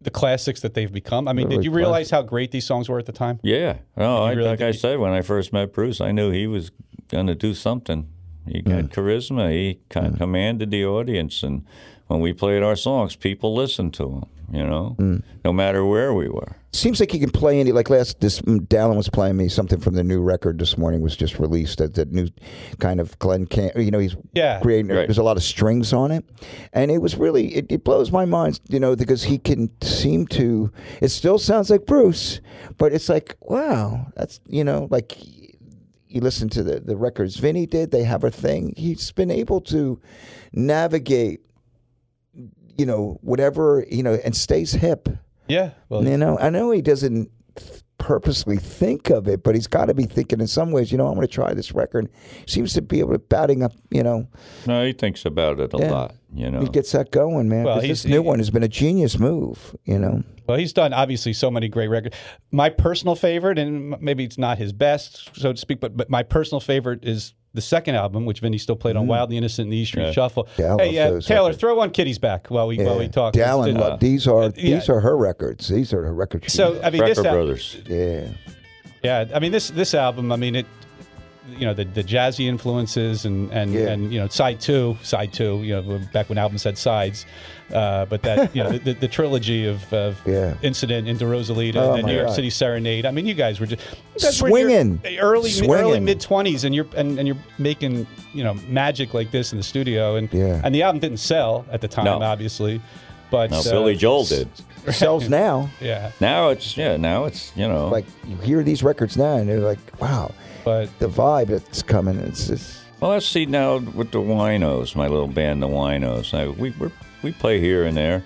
[SPEAKER 1] the classics that they've become? I mean, did you realize how great these songs were at the time?
[SPEAKER 3] Yeah. No, I,
[SPEAKER 1] really-
[SPEAKER 3] like I said, when I first met Bruce, I knew he was going to do something. He got charisma. He kind of commanded the audience, and when we played our songs, people listened to him. You know, no matter where we were.
[SPEAKER 2] Seems like he can play any. Like last, this mm, Dallin was playing me something from the new record this morning was just released. That that new kind of Glenn Can. You know, he's
[SPEAKER 1] Yeah.
[SPEAKER 2] creating.
[SPEAKER 3] Right.
[SPEAKER 2] There's a lot of strings on it, and it was really it, it blows my mind. You know, because he can seem to. It still sounds like Bruce, but it's like wow, that's you know like. You listen to the, the records Vinny did, they have a thing. He's been able to navigate, you know, whatever, you know, and stays hip.
[SPEAKER 1] Yeah. Well,
[SPEAKER 2] You know, I know he doesn't th- purposely think of it, but he's got to be thinking in some ways. You know, I'm going to try this record. Seems to be able to batting up. You know,
[SPEAKER 3] No, he thinks about it a
[SPEAKER 2] Yeah.
[SPEAKER 3] lot. You know.
[SPEAKER 2] he gets that going, man.
[SPEAKER 1] Oh. Well,
[SPEAKER 2] 'cause
[SPEAKER 1] he's-
[SPEAKER 2] this new one has been a genius move. You know,
[SPEAKER 1] well, he's done obviously so many great records. My personal favorite, and m- maybe it's not his best, so to speak, but but my personal favorite is the second album, which Vinny still played on Wildly Innocent and the E Street Shuffle.
[SPEAKER 2] Mm. Yeah, I
[SPEAKER 1] hey, uh,
[SPEAKER 2] love those
[SPEAKER 1] Taylor,
[SPEAKER 2] records.
[SPEAKER 1] throw on Kitty's back while we while we talk.
[SPEAKER 2] Dallin,
[SPEAKER 1] It's-
[SPEAKER 2] look, these are
[SPEAKER 1] yeah.
[SPEAKER 2] these are her records. These are her records.
[SPEAKER 1] so I mean,
[SPEAKER 3] Brecker
[SPEAKER 1] this al-
[SPEAKER 3] Brothers.
[SPEAKER 2] yeah,
[SPEAKER 1] Yeah, I mean this this album. I mean it. You know the, the jazzy influences and and,
[SPEAKER 2] Yeah.
[SPEAKER 1] and you know side two, side two. You know back when albums had sides, uh, but that you know the, the trilogy of, of
[SPEAKER 2] Yeah.
[SPEAKER 1] incident into Rosalita
[SPEAKER 2] Oh,
[SPEAKER 1] and
[SPEAKER 2] my
[SPEAKER 1] New York
[SPEAKER 2] God.
[SPEAKER 1] City Serenade. I mean you guys were just you guys were in
[SPEAKER 2] Swinging.
[SPEAKER 1] your early early
[SPEAKER 2] Swinging.
[SPEAKER 1] mid twenties, and you're and, and you're making you know magic like this in the studio, and
[SPEAKER 2] Yeah.
[SPEAKER 1] and the album didn't sell at the time,
[SPEAKER 3] No.
[SPEAKER 1] obviously, but
[SPEAKER 3] Now
[SPEAKER 1] uh,
[SPEAKER 3] Billy Joel did.
[SPEAKER 2] sells now.
[SPEAKER 1] yeah,
[SPEAKER 3] Now it's yeah. Now it's you know
[SPEAKER 2] Like you hear these records now, and you're like, wow,
[SPEAKER 1] but
[SPEAKER 2] the vibe that's coming. It's just
[SPEAKER 3] Well, let's see now with the Winos, my little band, the Winos. I, we we're, we play here and there,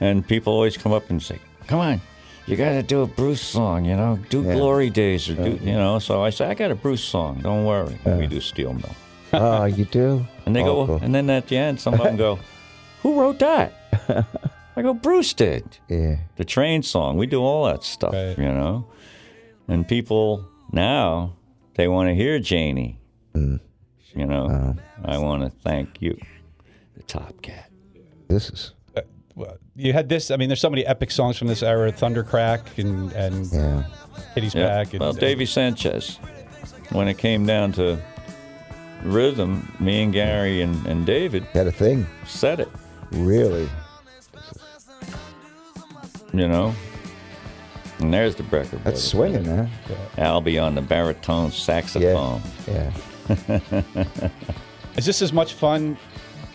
[SPEAKER 3] and people always come up and say, "Come on, you got to do a Bruce song, you know, do Glory Days or do you know." So I say, "I got a Bruce song, don't worry." And we do Steel Mill.
[SPEAKER 2] Oh, you do?
[SPEAKER 3] And they
[SPEAKER 2] Awful.
[SPEAKER 3] go, and then at the end, some of them go, "Who wrote that?" I go, "Bruce did."
[SPEAKER 2] Yeah.
[SPEAKER 3] The train song. We do all that stuff,
[SPEAKER 1] Right.
[SPEAKER 3] you know. And people now they want to hear Janie. Mm. You know, I want to thank you, Uh-huh. the Top Cat.
[SPEAKER 2] This is.
[SPEAKER 1] Uh, Well, you had this. I mean, there's so many epic songs from this era: Thundercrack and and
[SPEAKER 2] Yeah.
[SPEAKER 1] Kitty's
[SPEAKER 3] Yeah.
[SPEAKER 1] Back. And,
[SPEAKER 3] well, Davy Sanchez. When it came down to rhythm, me and Gary and, and David
[SPEAKER 2] Had a thing.
[SPEAKER 3] said it.
[SPEAKER 2] Really.
[SPEAKER 3] You know. And there's the Brecker.
[SPEAKER 2] That's
[SPEAKER 3] brothers.
[SPEAKER 2] swinging, man.
[SPEAKER 3] Albie on the baritone saxophone.
[SPEAKER 2] Yeah.
[SPEAKER 1] Is this as much fun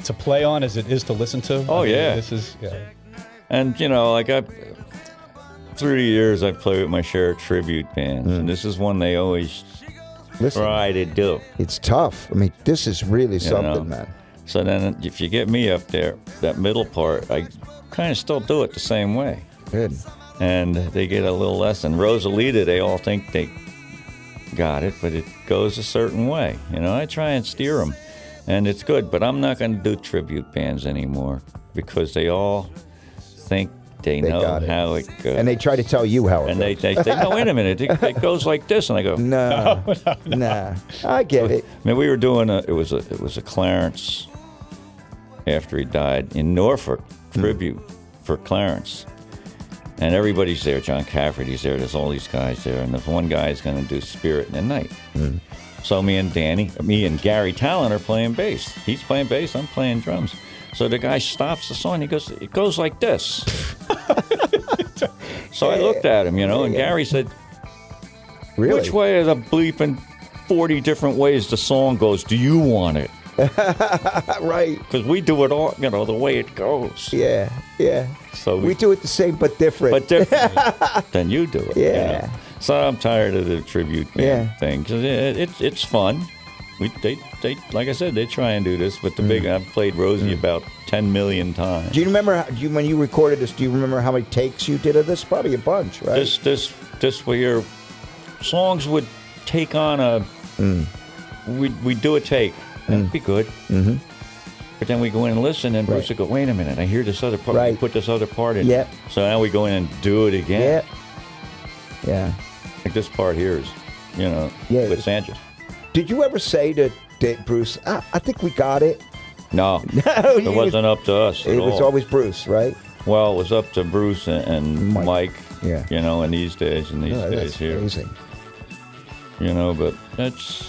[SPEAKER 1] to play on as it is to listen to?
[SPEAKER 3] Oh,
[SPEAKER 1] I mean,
[SPEAKER 3] yeah.
[SPEAKER 1] This is yeah.
[SPEAKER 3] And you know, like I through the years I played with my share of tribute bands.
[SPEAKER 2] Hmm.
[SPEAKER 3] And this is one they always
[SPEAKER 2] Listen,
[SPEAKER 3] try to do.
[SPEAKER 2] it's tough. I mean, this is really
[SPEAKER 3] You
[SPEAKER 2] something,
[SPEAKER 3] know?
[SPEAKER 2] man.
[SPEAKER 3] So then if you get me up there, that middle part, I kinda still do it the same way.
[SPEAKER 2] Good.
[SPEAKER 3] and they get a little lesson. Rosalita, they all think they got it, but it goes a certain way. You know, I try and steer them, and it's good. But I'm not going to do tribute bands anymore because they all think they,
[SPEAKER 2] They
[SPEAKER 3] know
[SPEAKER 2] got it.
[SPEAKER 3] how it goes.
[SPEAKER 2] And they try to tell you how it
[SPEAKER 3] and
[SPEAKER 2] goes.
[SPEAKER 3] they, they say, no, wait a minute, it, it goes like this. And I go,
[SPEAKER 2] No, nah. I get it.
[SPEAKER 3] I mean, we were doing a. It was a. It was a Clarence. After he died in Norfolk, tribute for Clarence, and everybody's there. John Cafferty's there. There's all these guys there, and there's one guy is going to do Spirit in the Night. So me and Danny, me and Gary Talon are playing bass. He's playing bass. I'm playing drums. So the guy stops the song. He goes, "It goes like this." so I looked at him, you know, and Gary said,
[SPEAKER 2] Really?
[SPEAKER 3] which way are the bleeping 40 different ways the song goes? Do you want it?
[SPEAKER 2] Ah, right.
[SPEAKER 3] Because we do it all, you know, the way it goes.
[SPEAKER 2] Yeah. Yeah.
[SPEAKER 3] So
[SPEAKER 2] We
[SPEAKER 3] we,
[SPEAKER 2] do it the same but different.
[SPEAKER 3] but different than you do it. you
[SPEAKER 2] Yeah.
[SPEAKER 3] know. So I'm tired of the tribute band
[SPEAKER 2] Yeah.
[SPEAKER 3] thing. 'Cause it, it, it's fun. We, they, they, like I said, they try and do this, but the big,
[SPEAKER 2] Mm.
[SPEAKER 3] I've played Rosie about 10 million times.
[SPEAKER 2] do you remember how, do you, when you recorded this? Do you remember how many takes you did of this? Probably a bunch, right?
[SPEAKER 3] this this this where your songs would take on a
[SPEAKER 2] Mm.
[SPEAKER 3] we we do a take and it'd be good mm-hmm. but then we go in and listen and Bruce
[SPEAKER 2] Right.
[SPEAKER 3] would go wait a minute I hear this other part we
[SPEAKER 2] Right.
[SPEAKER 3] put this other part in
[SPEAKER 2] Yep.
[SPEAKER 3] so now we go in and do it
[SPEAKER 2] yeah.
[SPEAKER 3] again
[SPEAKER 2] Yeah.
[SPEAKER 3] like this part here is you know
[SPEAKER 2] Yeah.
[SPEAKER 3] with Sanchez
[SPEAKER 2] Did you ever say to, to Bruce, ah, I think we got it?
[SPEAKER 3] no
[SPEAKER 2] No,
[SPEAKER 3] it
[SPEAKER 2] you-
[SPEAKER 3] wasn't up to us at
[SPEAKER 2] It was
[SPEAKER 3] all.
[SPEAKER 2] always Bruce, right?
[SPEAKER 3] well it was up to Bruce and, and
[SPEAKER 2] Mike.
[SPEAKER 3] Mike.
[SPEAKER 2] Yeah.
[SPEAKER 3] you know in these days and these
[SPEAKER 2] Oh,
[SPEAKER 3] days
[SPEAKER 2] that's
[SPEAKER 3] here
[SPEAKER 2] amazing.
[SPEAKER 3] you know, but that's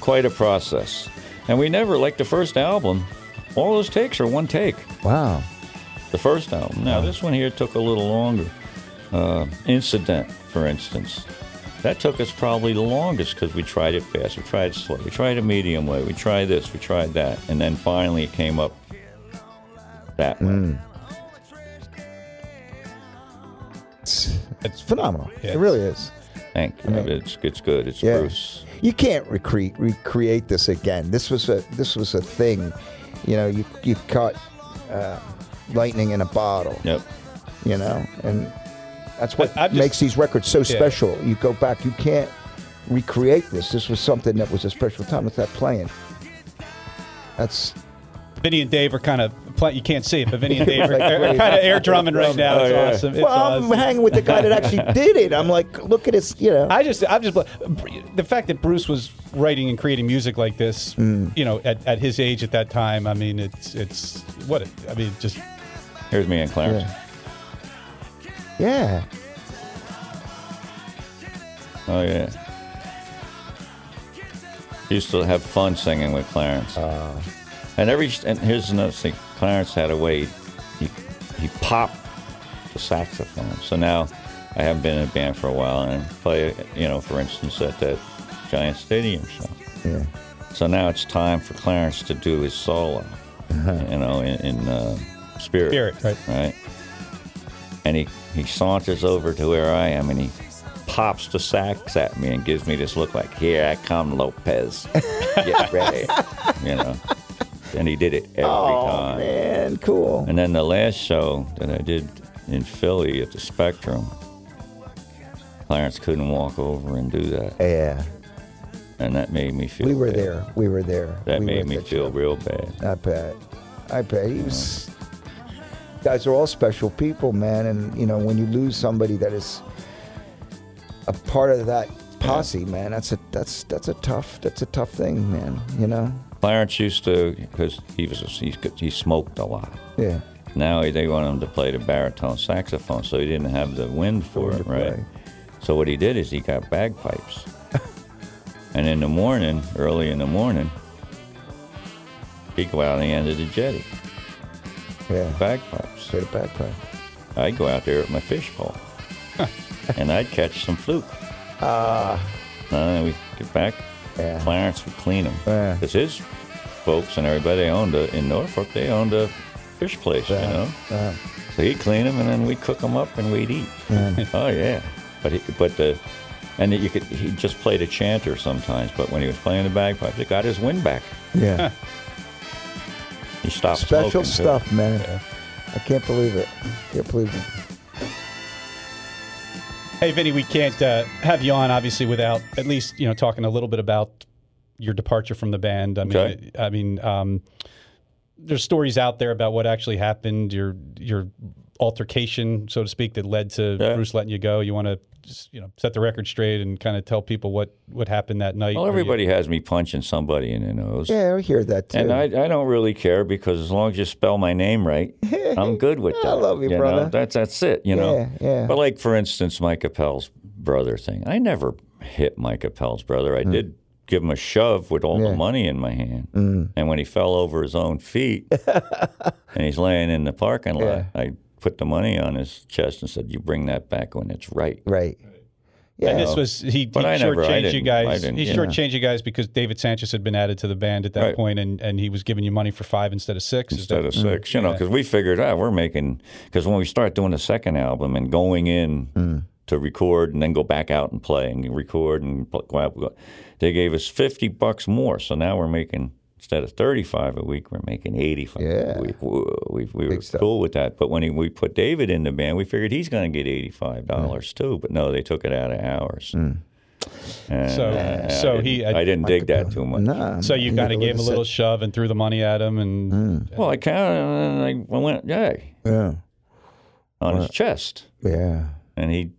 [SPEAKER 3] quite a process. And we never, like the first album, all those takes are one take.
[SPEAKER 2] Wow.
[SPEAKER 3] The first album. Now, this one here took a little longer. Uh, Incident, for instance, that took us probably the longest because we tried it fast, we tried it slow, we tried a medium way, we tried this, we tried that, and then finally it came up that way.
[SPEAKER 2] Mm. It's, it's phenomenal.
[SPEAKER 1] Yeah.
[SPEAKER 2] It really is.
[SPEAKER 3] Thank you. It's, it's good. It's
[SPEAKER 2] Yeah.
[SPEAKER 3] Bruce.
[SPEAKER 2] You can't recreate recreate this again. This was a this was a thing. You know, you you caught uh, lightning in a bottle.
[SPEAKER 3] Yep.
[SPEAKER 2] You know, and that's what
[SPEAKER 1] I- I'm just-
[SPEAKER 2] makes these records so special. You go back, you can't recreate this. This was something that was a special time. It's that playing. That's
[SPEAKER 1] Vinny and Dave are kind of play, you can't see it, but Vinny and Dave are,
[SPEAKER 2] Like, wait.
[SPEAKER 1] kind of air drumming right now. It's
[SPEAKER 3] Oh, yeah.
[SPEAKER 1] awesome. It's
[SPEAKER 2] well, um,
[SPEAKER 1] awesome.
[SPEAKER 2] I'm hanging with the guy that actually did it. I'm like, look at his, you know.
[SPEAKER 1] I just, I'm just the fact that Bruce was writing and creating music like this, you know, at, at his age at that time. I mean, it's it's what it, I mean, just
[SPEAKER 3] Here's me and Clarence.
[SPEAKER 2] Yeah. yeah.
[SPEAKER 3] Oh yeah. Used to have fun singing with Clarence. and every and here's another thing. Clarence had a way. He he popped the saxophone. So now I haven't been in a band for a while and play you know for instance at that giant stadium show.
[SPEAKER 2] Yeah.
[SPEAKER 3] So now it's time for Clarence to do his solo. You know in, in uh, spirit.
[SPEAKER 1] Spirit, right.
[SPEAKER 3] Right. And he he saunters over to where I am and he pops the sax at me and gives me this look like, here I come, Lopez. Get ready. you know. And he did it every
[SPEAKER 2] Oh
[SPEAKER 3] time.
[SPEAKER 2] man, cool.
[SPEAKER 3] And then the last show that I did in Philly at the Spectrum, Clarence couldn't walk over and do that.
[SPEAKER 2] Yeah.
[SPEAKER 3] and that made me feel.
[SPEAKER 2] We were
[SPEAKER 3] bad.
[SPEAKER 2] there. We were there.
[SPEAKER 3] That
[SPEAKER 2] We were
[SPEAKER 3] made
[SPEAKER 2] at
[SPEAKER 3] me
[SPEAKER 2] the
[SPEAKER 3] feel
[SPEAKER 2] trip.
[SPEAKER 3] real bad.
[SPEAKER 2] I bet. I bet. He was. Guys are all special people, man. And, you know, when you lose somebody that is a part of that posse, man, that's a that's that's a tough that's a tough thing, man. You know?
[SPEAKER 3] Clarence used to, because he was he, he smoked a lot.
[SPEAKER 2] Yeah.
[SPEAKER 3] Now they want him to play the baritone saxophone, so he didn't have the wind for
[SPEAKER 2] Wind
[SPEAKER 3] it,
[SPEAKER 2] to
[SPEAKER 3] right?
[SPEAKER 2] play.
[SPEAKER 3] So what he did is he got bagpipes, and in the morning, early in the morning, he'd go out on the end of the jetty,
[SPEAKER 2] Yeah.
[SPEAKER 3] bagpipes.
[SPEAKER 2] Play the bagpipe.
[SPEAKER 3] I'd go out there with my fish pole, and I'd catch some fluke. Ah. then we get back.
[SPEAKER 2] Yeah.
[SPEAKER 3] Clarence would clean them.
[SPEAKER 2] Yeah.
[SPEAKER 3] Because his folks and everybody owned a, in Norfolk, they owned a fish place, you know.
[SPEAKER 2] Uh,
[SPEAKER 3] So he'd clean them, and then we'd cook them up, and we'd eat.
[SPEAKER 2] Yeah.
[SPEAKER 3] oh yeah, but he, but the and you could he just played a chanter sometimes. But when he was playing the bagpipes, it got his wind back.
[SPEAKER 2] yeah.
[SPEAKER 3] He stopped. smoking,
[SPEAKER 2] Special
[SPEAKER 3] too.
[SPEAKER 2] stuff, man. I can't believe it. Can't believe it.
[SPEAKER 1] Hey, Vinny, we can't uh, have you on obviously without at least you know talking a little bit about your departure from the band. I mean,
[SPEAKER 3] Okay.
[SPEAKER 1] I mean, um, there's stories out there about what actually happened, your your altercation, so to speak, that led to
[SPEAKER 3] Yeah.
[SPEAKER 1] Bruce letting you go. You want to just you know set the record straight and kind of tell people what what happened that night.
[SPEAKER 3] Well,
[SPEAKER 1] Were you-
[SPEAKER 3] everybody has me punching somebody in the nose.
[SPEAKER 2] Yeah, I hear that too.
[SPEAKER 3] And I, I don't really care because as long as you spell my name right, I'm good with that.
[SPEAKER 2] I love you,
[SPEAKER 3] know?
[SPEAKER 2] brother.
[SPEAKER 3] That's that's it, you know.
[SPEAKER 2] Yeah, yeah.
[SPEAKER 3] But like for instance, Mike Appel's brother thing. I never hit Mike Appel's brother. I
[SPEAKER 2] Hmm.
[SPEAKER 3] did give him a shove with all the money in my hand.
[SPEAKER 2] Hmm.
[SPEAKER 3] And when he fell over his own feet and he's laying in the parking lot, I put the money on his chest and said, You bring that back when it's right.
[SPEAKER 2] right.
[SPEAKER 1] And
[SPEAKER 2] Yeah.
[SPEAKER 1] this was he, he
[SPEAKER 3] But I never- I
[SPEAKER 1] shortchanged you
[SPEAKER 3] didn't- I
[SPEAKER 1] guys.
[SPEAKER 3] didn't,
[SPEAKER 1] He
[SPEAKER 3] yeah.
[SPEAKER 1] shortchanged you guys because David Sanchez had been added to the band at that
[SPEAKER 3] Right.
[SPEAKER 1] point, and and he was giving you money for five instead of six. Is
[SPEAKER 3] instead
[SPEAKER 1] that-
[SPEAKER 3] of six, you know, because we figured out we're making because when we start doing the second album and going in to record and then go back out and play and record and pl- go out, go- they gave us fifty bucks more, so now we're making instead of thirty five a week, we're making eighty five.
[SPEAKER 2] Yeah.
[SPEAKER 3] a week. Whoa, we, we were
[SPEAKER 2] stuff.
[SPEAKER 3] cool with that, but when he, we put David in the band, we figured he's going to get eighty five dollars too, but no, they took it out of ours. And,
[SPEAKER 1] So-
[SPEAKER 3] uh,
[SPEAKER 1] so
[SPEAKER 3] I didn't,
[SPEAKER 1] he-
[SPEAKER 3] I, didn't dig that too much.
[SPEAKER 2] Nah,
[SPEAKER 1] So you
[SPEAKER 2] he
[SPEAKER 1] kind
[SPEAKER 2] had
[SPEAKER 1] of gave him a
[SPEAKER 2] sit-
[SPEAKER 1] little shove and threw the money at him, and
[SPEAKER 3] Well, I kind of I went, yay,
[SPEAKER 2] Yeah.
[SPEAKER 3] on his chest.
[SPEAKER 2] Yeah.
[SPEAKER 3] and he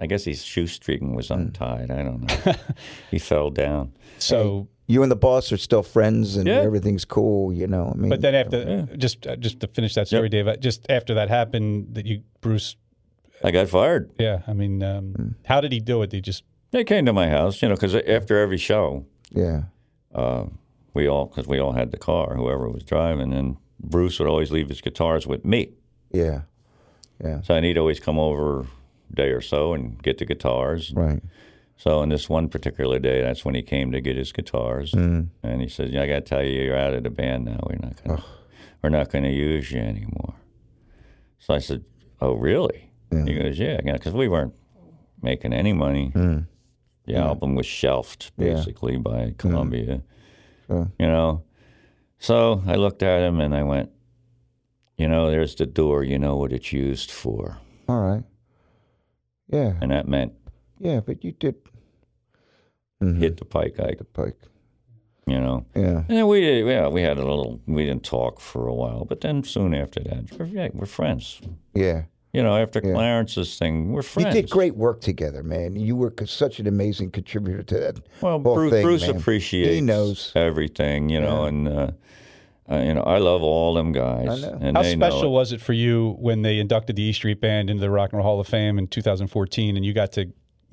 [SPEAKER 3] i guess his shoestring was untied i don't know he fell down
[SPEAKER 1] so.
[SPEAKER 2] You and the boss are still friends, and
[SPEAKER 3] Yeah.
[SPEAKER 2] everything everything's cool. You know, I mean,
[SPEAKER 1] But then after just uh, just to finish that story, Dave, Dave, uh, just after that happened, that you Bruce,
[SPEAKER 3] i got fired
[SPEAKER 1] yeah, I mean, um,
[SPEAKER 3] Hmm.
[SPEAKER 1] how did he do it? Did he just
[SPEAKER 3] they came to my house you know because after every show
[SPEAKER 2] yeah,
[SPEAKER 3] we all because we all had the car whoever was driving and bruce would always leave his guitars with me
[SPEAKER 2] yeah,
[SPEAKER 3] so he'd always come over a day or so and get the guitars
[SPEAKER 2] right,
[SPEAKER 3] so on this one particular day that's when he came to get his guitars and he said yeah, i gotta tell you you're out of the band now we're not gonna we're not gonna use you anymore So I said, "Oh, really?" He goes, "Yeah," because we weren't making any money.
[SPEAKER 2] Hmm.
[SPEAKER 3] The album was shelved basically by Columbia. You know, so I looked at him and I went, "You know, there's the door. You know what it's used for,"
[SPEAKER 2] all right, yeah,
[SPEAKER 3] and that meant
[SPEAKER 2] yeah. But you did Mm-hmm.
[SPEAKER 3] hit the pike. I,
[SPEAKER 2] the pike,
[SPEAKER 3] you know.
[SPEAKER 2] yeah,
[SPEAKER 3] And then we, yeah, we had a little. We didn't talk for a while, but then soon after that, we're, yeah, we're friends.
[SPEAKER 2] yeah.
[SPEAKER 3] You know, after Clarence's thing, we're
[SPEAKER 2] You
[SPEAKER 3] friends.
[SPEAKER 2] did great work together, man. You were c- such an amazing contributor to that.
[SPEAKER 3] Well,
[SPEAKER 2] whole
[SPEAKER 3] Bruce,
[SPEAKER 2] thing,
[SPEAKER 3] Bruce
[SPEAKER 2] man.
[SPEAKER 3] appreciates
[SPEAKER 2] He knows.
[SPEAKER 3] everything, you know, and uh, uh, you know I love all them guys.
[SPEAKER 2] know.
[SPEAKER 3] And
[SPEAKER 1] how
[SPEAKER 3] they
[SPEAKER 1] special
[SPEAKER 3] Know
[SPEAKER 1] was it for you when they inducted the E Street Band into the Rock and Roll Hall of Fame in 2014, and you got to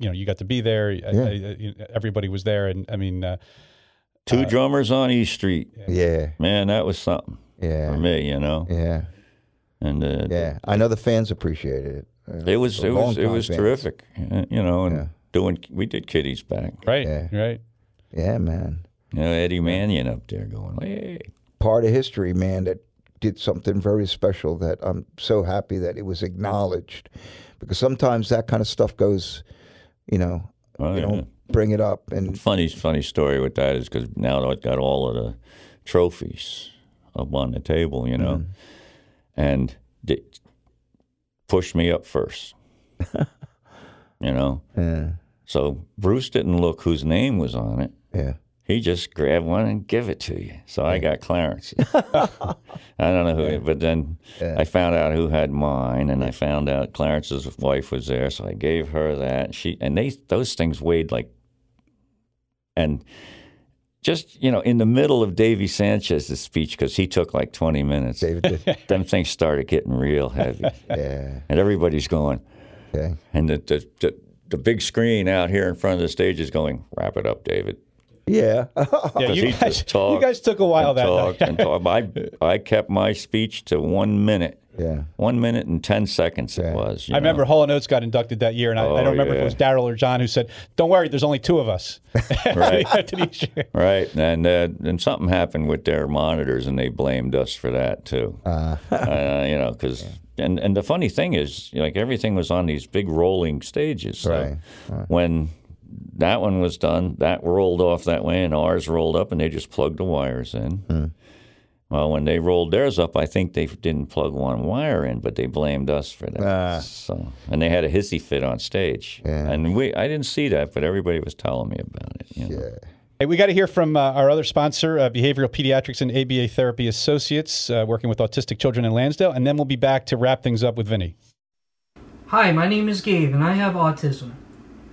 [SPEAKER 1] you know you got to be there. I- I- I- you know, everybody was there, and I mean, uh,
[SPEAKER 3] it. Two drummers on E Street,
[SPEAKER 2] Yeah,
[SPEAKER 3] man, that was something for
[SPEAKER 2] yeah,
[SPEAKER 3] me, you know.
[SPEAKER 2] yeah,
[SPEAKER 3] And uh,
[SPEAKER 2] yeah. I know the fans appreciated it. Uh,
[SPEAKER 3] it was
[SPEAKER 2] The
[SPEAKER 3] it was it
[SPEAKER 2] longtime
[SPEAKER 3] was
[SPEAKER 2] fans.
[SPEAKER 3] terrific, uh, you know. And doing we did Kitty's back,
[SPEAKER 1] right,
[SPEAKER 2] Yeah.
[SPEAKER 1] right.
[SPEAKER 2] Yeah, man.
[SPEAKER 3] you know, Eddie Mannion up there going, hey,
[SPEAKER 2] part of history, man, that did something very special that I'm so happy that it was acknowledged. Because sometimes that kind of stuff goes, you know,
[SPEAKER 3] Oh,
[SPEAKER 2] you
[SPEAKER 3] yeah.
[SPEAKER 2] don't bring it up. And
[SPEAKER 3] funny funny story with that is because now I've got all of the trophies up on the table, you know, and they pushed me up first, you know. So Bruce didn't look whose name was on it.
[SPEAKER 2] Yeah.
[SPEAKER 3] He just grabbed one and give it to you. So I got Clarence. I don't know who, but then I found out who had mine, and I found out Clarence's wife was there. So I gave her that. She and they those things weighed like, and just you know, in the middle of Davy Sanchez's speech because he took like twenty minutes.
[SPEAKER 2] David did.
[SPEAKER 3] Them things started getting real heavy,
[SPEAKER 2] yeah.
[SPEAKER 3] and everybody's going.
[SPEAKER 2] Okay.
[SPEAKER 3] And the, the, the, the big screen out here in front of the stage is going, wrap it up, David.
[SPEAKER 2] Yeah.
[SPEAKER 1] Yeah,
[SPEAKER 3] 'Cause
[SPEAKER 1] you
[SPEAKER 3] he
[SPEAKER 1] guys,
[SPEAKER 3] just talked
[SPEAKER 1] you guys took a while
[SPEAKER 3] and
[SPEAKER 1] that
[SPEAKER 3] talked
[SPEAKER 1] night.
[SPEAKER 3] and talked. I, I kept my speech to one minute.
[SPEAKER 2] Yeah.
[SPEAKER 3] One minute and 10 seconds it was. you
[SPEAKER 1] I
[SPEAKER 3] know.
[SPEAKER 1] remember Hall and Oates got inducted that year, and I, I
[SPEAKER 3] Oh,
[SPEAKER 1] don't remember if it
[SPEAKER 3] yeah.
[SPEAKER 1] was Daryl or John who said, "Don't worry, there's only two of us."
[SPEAKER 3] Right.
[SPEAKER 1] After the issue.
[SPEAKER 3] Right. And uh, and something happened with their monitors, and they blamed us for that, too. Uh. you know, because. And, and the funny thing is, like everything was on these big rolling stages. So
[SPEAKER 2] Right,
[SPEAKER 3] when that one was done, that rolled off that way, and ours rolled up, and they just plugged the wires in.
[SPEAKER 2] Hmm.
[SPEAKER 3] Well, when they rolled theirs up, I think they didn't plug one wire in, but they blamed us for that.
[SPEAKER 2] Ah.
[SPEAKER 3] So, and they had a hissy fit on stage, and we—I didn't see that, but everybody was telling me about it. you know.
[SPEAKER 1] Hey, we got to hear from uh, our other sponsor, uh, Behavioral Pediatrics and ABA Therapy Associates, uh, working with autistic children in Lansdale, and then we'll be back to wrap things up with Vinny.
[SPEAKER 5] Hi, my name is Gabe and I have autism.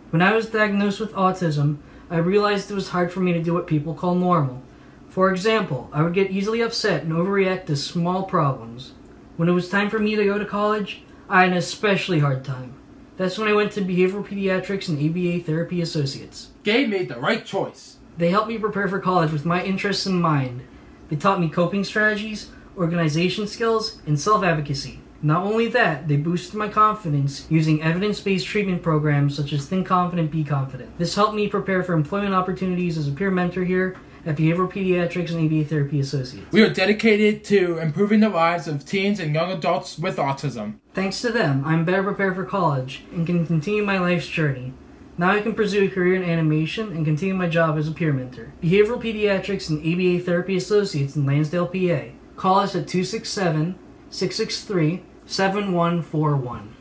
[SPEAKER 5] When I was diagnosed with autism, I realized it was hard for me to do what people call normal. For example, I would get easily upset and overreact to small problems. When it was time for me to go to college, I had an especially hard time. That's when I went to Behavioral Pediatrics and ABA Therapy Associates.
[SPEAKER 6] Gabe made the right choice.
[SPEAKER 5] They helped me prepare for college with my interests in mind. They taught me coping strategies, organization skills, and self advocacy. Not only that, they boosted my confidence using evidence based treatment programs such as Think Confident, Be Confident. This helped me prepare for employment opportunities as a peer mentor here at Behavioral Pediatrics and ABA Therapy Associates.
[SPEAKER 6] We are dedicated to improving the lives of teens and young adults with autism.
[SPEAKER 5] Thanks to them, I'm better prepared for college and can continue my life's journey. Now I can pursue a career in animation and continue my job as a peer mentor. Behavioral Pediatrics and ABA Therapy Associates in Lansdale, PA. Call us at 267 663 7141.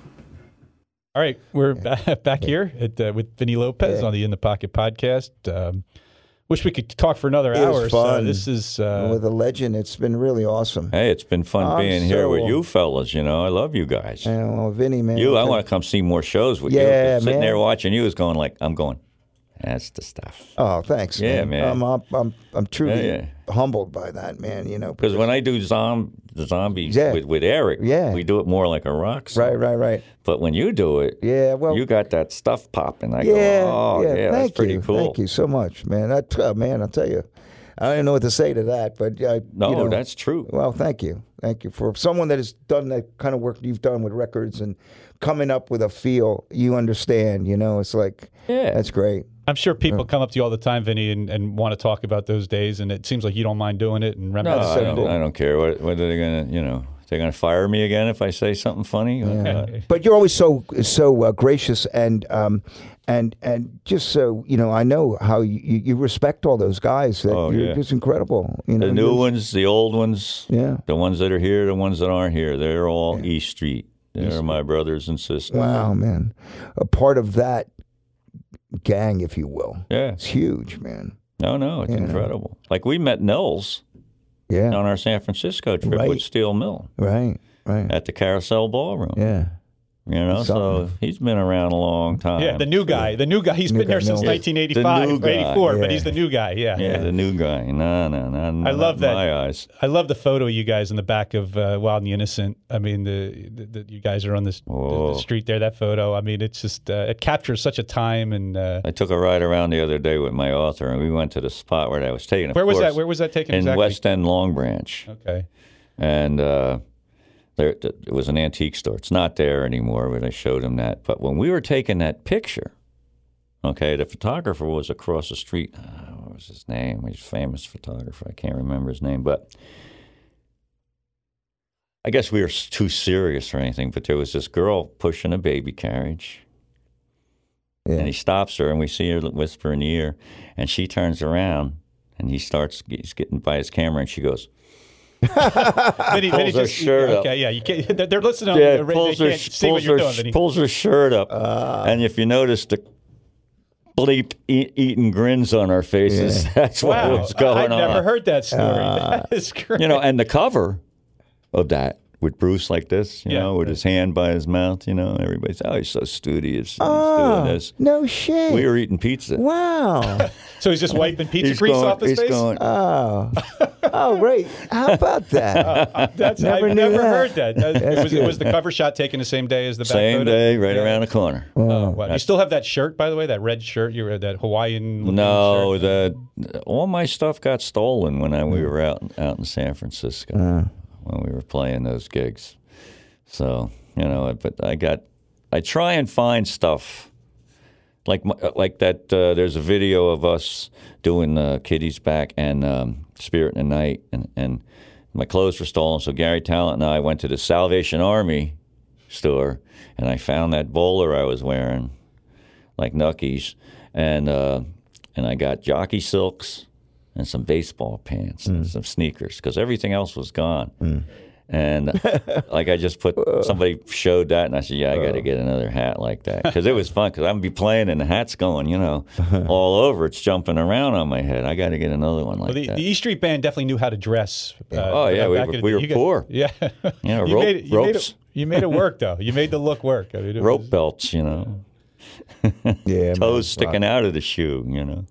[SPEAKER 1] All right, we're ba- back here at, uh, with Vinny Lopez on the In the Pocket podcast. Um, wish we could talk for another
[SPEAKER 2] It
[SPEAKER 1] hour.
[SPEAKER 2] was
[SPEAKER 1] or so.
[SPEAKER 2] fun.
[SPEAKER 1] this is uh,
[SPEAKER 2] And with a legend, it's been really awesome.
[SPEAKER 3] Hey, it's been fun
[SPEAKER 2] I'm
[SPEAKER 3] being here with
[SPEAKER 2] so-
[SPEAKER 3] you fellas. You know, I love you guys.
[SPEAKER 2] And, well, Vinny, man.
[SPEAKER 3] You, I want to come see more shows with you.
[SPEAKER 2] Yeah,
[SPEAKER 3] Just Sitting
[SPEAKER 2] man.
[SPEAKER 3] there watching you is going like, I'm going. That's the stuff.
[SPEAKER 2] Oh, thanks.
[SPEAKER 3] Yeah, man.
[SPEAKER 2] I'm, I'm, I'm, I'm truly
[SPEAKER 3] Yeah,
[SPEAKER 2] humbled by that, man. You know,
[SPEAKER 3] Because when I do zom- the zombies
[SPEAKER 2] Yeah.
[SPEAKER 3] with, with Eric,
[SPEAKER 2] Yeah.
[SPEAKER 3] we do it more like a rock song.
[SPEAKER 2] right, right, right.
[SPEAKER 3] But when you do it,
[SPEAKER 2] Yeah, well-
[SPEAKER 3] you got that stuff popping. I
[SPEAKER 2] Yeah,
[SPEAKER 3] go, oh yeah,
[SPEAKER 2] thank
[SPEAKER 3] that's pretty
[SPEAKER 2] you.
[SPEAKER 3] cool.
[SPEAKER 2] Thank you so much, man. That uh, man, I'll tell you, I don't even know what to say to that, but I,
[SPEAKER 3] No,
[SPEAKER 2] you know,
[SPEAKER 3] that's true.
[SPEAKER 2] Well, thank you. Thank you for someone that has done that kind of work you've done with records and coming up with a feel you understand, you know, it's like
[SPEAKER 3] Yeah.
[SPEAKER 2] that's great.
[SPEAKER 1] I'm sure people come up to you all the time, Vinny, and, and want to talk about those days, and it seems like you don't mind doing it and
[SPEAKER 3] No,
[SPEAKER 1] reminiscing.
[SPEAKER 3] I don't, I don't care what whether they're gonna, you know, they're gonna fire me again if I say something funny. Uh,
[SPEAKER 2] But you're always so so uh, gracious and um and and just so, you know, I know how you, you you respect all those guys that
[SPEAKER 3] Oh,
[SPEAKER 2] you're
[SPEAKER 3] yeah.
[SPEAKER 2] just incredible, you know.
[SPEAKER 3] The new
[SPEAKER 2] you're-
[SPEAKER 3] ones, the old ones,
[SPEAKER 2] Yeah.
[SPEAKER 3] the ones that are here, the ones that aren't here, they're all East Street. They're my brothers and sisters.
[SPEAKER 2] Wow, Oh, man. A part of that gang, if you will.
[SPEAKER 3] Yeah.
[SPEAKER 2] It's huge, man.
[SPEAKER 3] No, no, it's incredible. Like we met Knowles
[SPEAKER 2] Yeah.
[SPEAKER 3] on our San Francisco trip
[SPEAKER 2] Right.
[SPEAKER 3] with Steel Mill
[SPEAKER 2] Right. Right.
[SPEAKER 3] at the Carousel Ballroom.
[SPEAKER 2] Yeah.
[SPEAKER 3] You know, so he's been around a long time.
[SPEAKER 1] Yeah, the new guy. The new guy. He's been
[SPEAKER 2] Um, guy,
[SPEAKER 1] there since
[SPEAKER 2] no.
[SPEAKER 1] 1985 or
[SPEAKER 3] The new guy,
[SPEAKER 1] 84, but
[SPEAKER 2] yeah.
[SPEAKER 1] he's the new guy. Yeah.
[SPEAKER 3] yeah, the new guy. No, no, no. no
[SPEAKER 1] I love
[SPEAKER 3] not
[SPEAKER 1] that.
[SPEAKER 3] My eyes.
[SPEAKER 1] I love the photo of you guys in the back of uh, Wild and the Innocent. I mean, the, the, the you guys are on this the- the,
[SPEAKER 3] Oh.
[SPEAKER 1] street there. That photo. I mean, it's just uh, it captures such a time. And uh,
[SPEAKER 3] I took a ride around the other day with my author, and we went to the spot where I was taken. Of
[SPEAKER 1] where was
[SPEAKER 3] course,
[SPEAKER 1] that? Where was that taken
[SPEAKER 3] in
[SPEAKER 1] exactly?
[SPEAKER 3] West End, Long Branch.
[SPEAKER 1] Okay.
[SPEAKER 3] and uh, there th- it was an antique store. It's not there anymore, but I showed him that. But when we were taking that picture, okay, the photographer was across the street. Uh, what was his name? He's a famous photographer. I can't remember his name, but I guess we were s- too serious or anything. But there was this girl pushing a baby carriage.
[SPEAKER 2] Yeah.
[SPEAKER 3] And he stops her, and we see her whisper in the ear, and she turns around, and he starts. He's getting by his camera, and she goes,
[SPEAKER 1] Vinny,
[SPEAKER 3] Pulls her shirt up.
[SPEAKER 1] Okay. Yeah. You can't. They're, they're listening. on the
[SPEAKER 3] Yeah,
[SPEAKER 1] radio,
[SPEAKER 3] pulls
[SPEAKER 1] they
[SPEAKER 3] her,
[SPEAKER 1] can't see what
[SPEAKER 3] pulls,
[SPEAKER 1] you're
[SPEAKER 3] her,
[SPEAKER 1] doing, Vinny.
[SPEAKER 3] pulls her shirt up, and if you notice, the bleep e- eating grins on our faces. That's what
[SPEAKER 1] Wow,
[SPEAKER 3] was going
[SPEAKER 1] I've
[SPEAKER 3] on. Ah.
[SPEAKER 1] never heard that story. that is great.
[SPEAKER 3] You know, and the cover of that with Bruce like this, you
[SPEAKER 1] Yeah.
[SPEAKER 3] know, with his hand by his mouth, you know, everybody's oh he's so studious. He's doing this.
[SPEAKER 2] no shit.
[SPEAKER 3] We were eating pizza.
[SPEAKER 2] wow.
[SPEAKER 1] so he's just wiping pizza
[SPEAKER 3] He's
[SPEAKER 1] grease
[SPEAKER 3] going,
[SPEAKER 1] off his
[SPEAKER 3] he's
[SPEAKER 1] face. Ah.
[SPEAKER 3] going,
[SPEAKER 2] oh, right. How about that?
[SPEAKER 1] That's,
[SPEAKER 2] Never
[SPEAKER 1] I've
[SPEAKER 2] knew
[SPEAKER 1] never
[SPEAKER 2] that.
[SPEAKER 1] heard that. That- it, was, it
[SPEAKER 2] good.
[SPEAKER 1] was the cover shot taken the same day as the back
[SPEAKER 3] same
[SPEAKER 1] photo?
[SPEAKER 3] day, right
[SPEAKER 1] Yeah.
[SPEAKER 3] around the corner.
[SPEAKER 1] Oh, wow. You still have that shirt, by the way, that red shirt. You were that Hawaiian.
[SPEAKER 3] No, the all my stuff got stolen when I, we were out out in San Francisco when we were playing those gigs. So you know, but I got I try and find stuff like my, like that. Uh, there's a video of us doing uh, Kitty's Back and um, Spirit in the Night, and and my clothes were stolen. So Gary Talent and I went to the Salvation Army store, and I found that bowler I was wearing like Nuckies, and uh, and I got jockey silks and some baseball pants and some sneakers because everything else was gone. And uh, like I just put somebody showed that, and I said, "Yeah, I got to get another hat like that because it was fun because I'm be playing and the hat's going, you know, all over. It's jumping around on my head. I got to get another one like
[SPEAKER 1] Well, the,
[SPEAKER 3] that.
[SPEAKER 1] the E Street Band definitely knew how to dress. uh,
[SPEAKER 3] Oh, yeah, we
[SPEAKER 1] back
[SPEAKER 3] were-
[SPEAKER 1] in the
[SPEAKER 3] we
[SPEAKER 1] day.
[SPEAKER 3] were
[SPEAKER 1] You guys-
[SPEAKER 3] poor.
[SPEAKER 1] yeah,
[SPEAKER 3] Yeah,
[SPEAKER 1] You
[SPEAKER 3] rope-
[SPEAKER 1] made it- you made
[SPEAKER 3] ropes.
[SPEAKER 1] it- You made it work, though. You made the look work. I mean, it
[SPEAKER 3] Rope
[SPEAKER 1] was-
[SPEAKER 3] belts, you know,
[SPEAKER 2] yeah. man.
[SPEAKER 3] toes sticking out of the shoe, you know.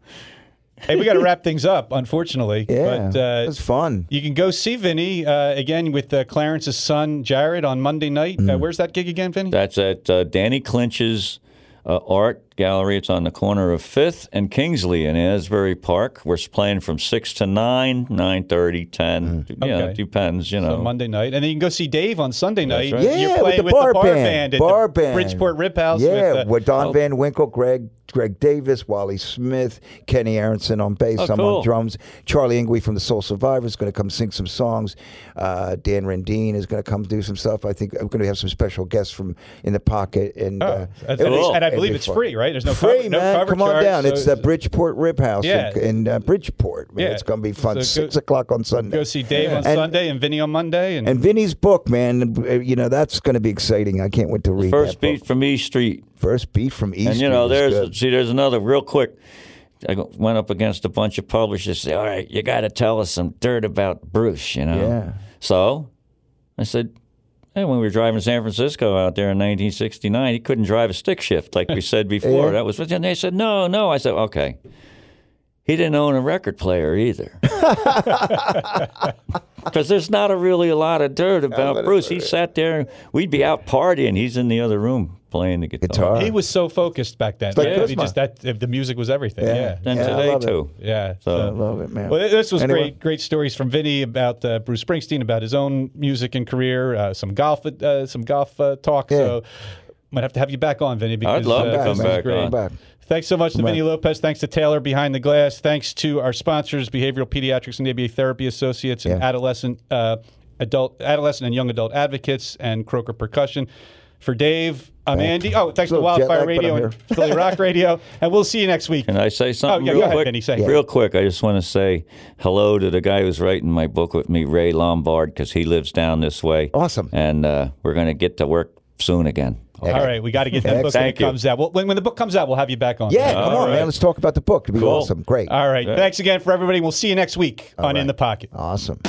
[SPEAKER 1] hey, we got to wrap things up, unfortunately.
[SPEAKER 2] Yeah.
[SPEAKER 1] But, uh,
[SPEAKER 2] it's fun.
[SPEAKER 1] you can go see Vinny uh, again with uh, Clarence's son, Jared, on Monday night.
[SPEAKER 3] Mm.
[SPEAKER 1] Uh, where's that gig again, Vinny?
[SPEAKER 3] That's at uh, Danny Clinch's uh, art gallery. It's on the corner of Fifth and Kingsley in Asbury Park. We're playing from six to nine, nine thirty, ten. You know,
[SPEAKER 1] Mm. Okay.
[SPEAKER 3] depends. You know,
[SPEAKER 1] Oh. Monday night, and then you can go see Dave on Sunday night.
[SPEAKER 3] right.
[SPEAKER 2] Yeah,
[SPEAKER 1] Uh, You're
[SPEAKER 2] with
[SPEAKER 1] playing
[SPEAKER 2] the
[SPEAKER 1] with
[SPEAKER 2] bar
[SPEAKER 1] the bar
[SPEAKER 2] band.
[SPEAKER 1] at
[SPEAKER 2] Bar
[SPEAKER 1] the
[SPEAKER 2] band.
[SPEAKER 1] Bridgeport Rip House.
[SPEAKER 2] yeah,
[SPEAKER 1] with, uh,
[SPEAKER 2] with Don Van Winkle, Greg Greg Davis, Wally Smith, Kenny Aronson on bass,
[SPEAKER 3] Oh,
[SPEAKER 2] I'm
[SPEAKER 3] cool.
[SPEAKER 2] on drums. Charlie Ingwe from the Soul Survivors is going to come sing some songs. Uh, Dan Rendine is going to come do some stuff. I think I'm going to have some special guests from In the Pocket and uh,
[SPEAKER 1] Oh, that's
[SPEAKER 2] it'll be-
[SPEAKER 1] cool. And I
[SPEAKER 2] it'll
[SPEAKER 1] believe
[SPEAKER 2] be
[SPEAKER 1] it's
[SPEAKER 2] fun.
[SPEAKER 1] free, right? There's no
[SPEAKER 2] free,
[SPEAKER 1] cover- no
[SPEAKER 2] man.
[SPEAKER 1] cover
[SPEAKER 2] come on
[SPEAKER 1] charge,
[SPEAKER 2] down.
[SPEAKER 1] so
[SPEAKER 2] it's the
[SPEAKER 1] it's-
[SPEAKER 2] Bridgeport Rip House
[SPEAKER 1] Yeah.
[SPEAKER 2] in, in uh, Bridgeport. Man,
[SPEAKER 1] Yeah.
[SPEAKER 2] it's going to be
[SPEAKER 1] So
[SPEAKER 2] fun.
[SPEAKER 1] go-
[SPEAKER 2] Six o'clock on Sunday.
[SPEAKER 1] Go see Dave on
[SPEAKER 2] And-
[SPEAKER 1] Sunday and Vinny on Monday, and,
[SPEAKER 2] And Vinny's book, man, uh, you know that's going to be exciting. I can't wait to read that
[SPEAKER 3] first
[SPEAKER 2] book.
[SPEAKER 3] beat from E Street,
[SPEAKER 2] First beat from East.
[SPEAKER 3] and you know, there's see, there's another real quick. I go- went up against a bunch of publishers. Say, all right, you got to tell us some dirt about Bruce. You know,
[SPEAKER 2] Yeah.
[SPEAKER 3] So I said, hey, when we were driving to San Francisco out there in 1969, he couldn't drive a stick shift like we said before. That was and they said, no, no. I said, okay. He didn't own a record player either. Because there's not a really a lot of dirt about Bruce. He sat there. We'd be out partying. He's in the other room playing the guitar.
[SPEAKER 2] Guitar.
[SPEAKER 1] he was so focused back then.
[SPEAKER 2] like
[SPEAKER 1] right? He
[SPEAKER 2] Prisma.
[SPEAKER 1] just that the music was everything. Yeah,
[SPEAKER 2] Yeah.
[SPEAKER 1] yeah.
[SPEAKER 3] And
[SPEAKER 2] I
[SPEAKER 3] today
[SPEAKER 2] love it.
[SPEAKER 3] too.
[SPEAKER 1] so-
[SPEAKER 2] I love it, man.
[SPEAKER 1] Well, this was
[SPEAKER 2] Anyway.
[SPEAKER 1] great. Great stories from Vinny about uh, Bruce Springsteen, about his own music and career, uh, some golf, uh, some golf uh, talk. So, might have to have you back on, Vinny. Because,
[SPEAKER 3] love to
[SPEAKER 1] uh,
[SPEAKER 3] come
[SPEAKER 1] this is
[SPEAKER 3] back
[SPEAKER 1] great.
[SPEAKER 3] on.
[SPEAKER 2] back.
[SPEAKER 1] Thanks so much to Vinny Lopez. Thanks to Taylor behind the glass. Thanks to our sponsors, Behavioral Pediatrics and ABA Therapy Associates, and
[SPEAKER 2] Yeah.
[SPEAKER 1] adolescent, uh, adult, adolescent and young adult advocates, and Croker Percussion. For Dave, I'm Andy. Oh, thanks to
[SPEAKER 2] Little jet
[SPEAKER 1] Wildfire
[SPEAKER 2] lag, but
[SPEAKER 1] Radio
[SPEAKER 2] I'm
[SPEAKER 1] and
[SPEAKER 2] here.
[SPEAKER 1] Philly Rock Radio, and we'll see you next week.
[SPEAKER 3] Can I say something
[SPEAKER 1] Oh, yeah, go
[SPEAKER 3] real
[SPEAKER 1] ahead,
[SPEAKER 3] quick?
[SPEAKER 1] Benny, say it.
[SPEAKER 3] Real quick, I just want to say hello to the guy who's writing my book with me, Ray Lombard, because he lives down this way.
[SPEAKER 2] Awesome.
[SPEAKER 3] And uh, we're going to get to work soon again.
[SPEAKER 1] All right, we got to get that book when it
[SPEAKER 3] Thank you.
[SPEAKER 1] comes out. Well, when, when the book comes out, we'll have you back on.
[SPEAKER 2] Yeah, come
[SPEAKER 1] All
[SPEAKER 2] on,
[SPEAKER 1] right.
[SPEAKER 2] man. Let's talk about the book. It'd be awesome. Great.
[SPEAKER 1] All right. Thanks again for everybody. We'll see you next week on In the Pocket.
[SPEAKER 2] Awesome.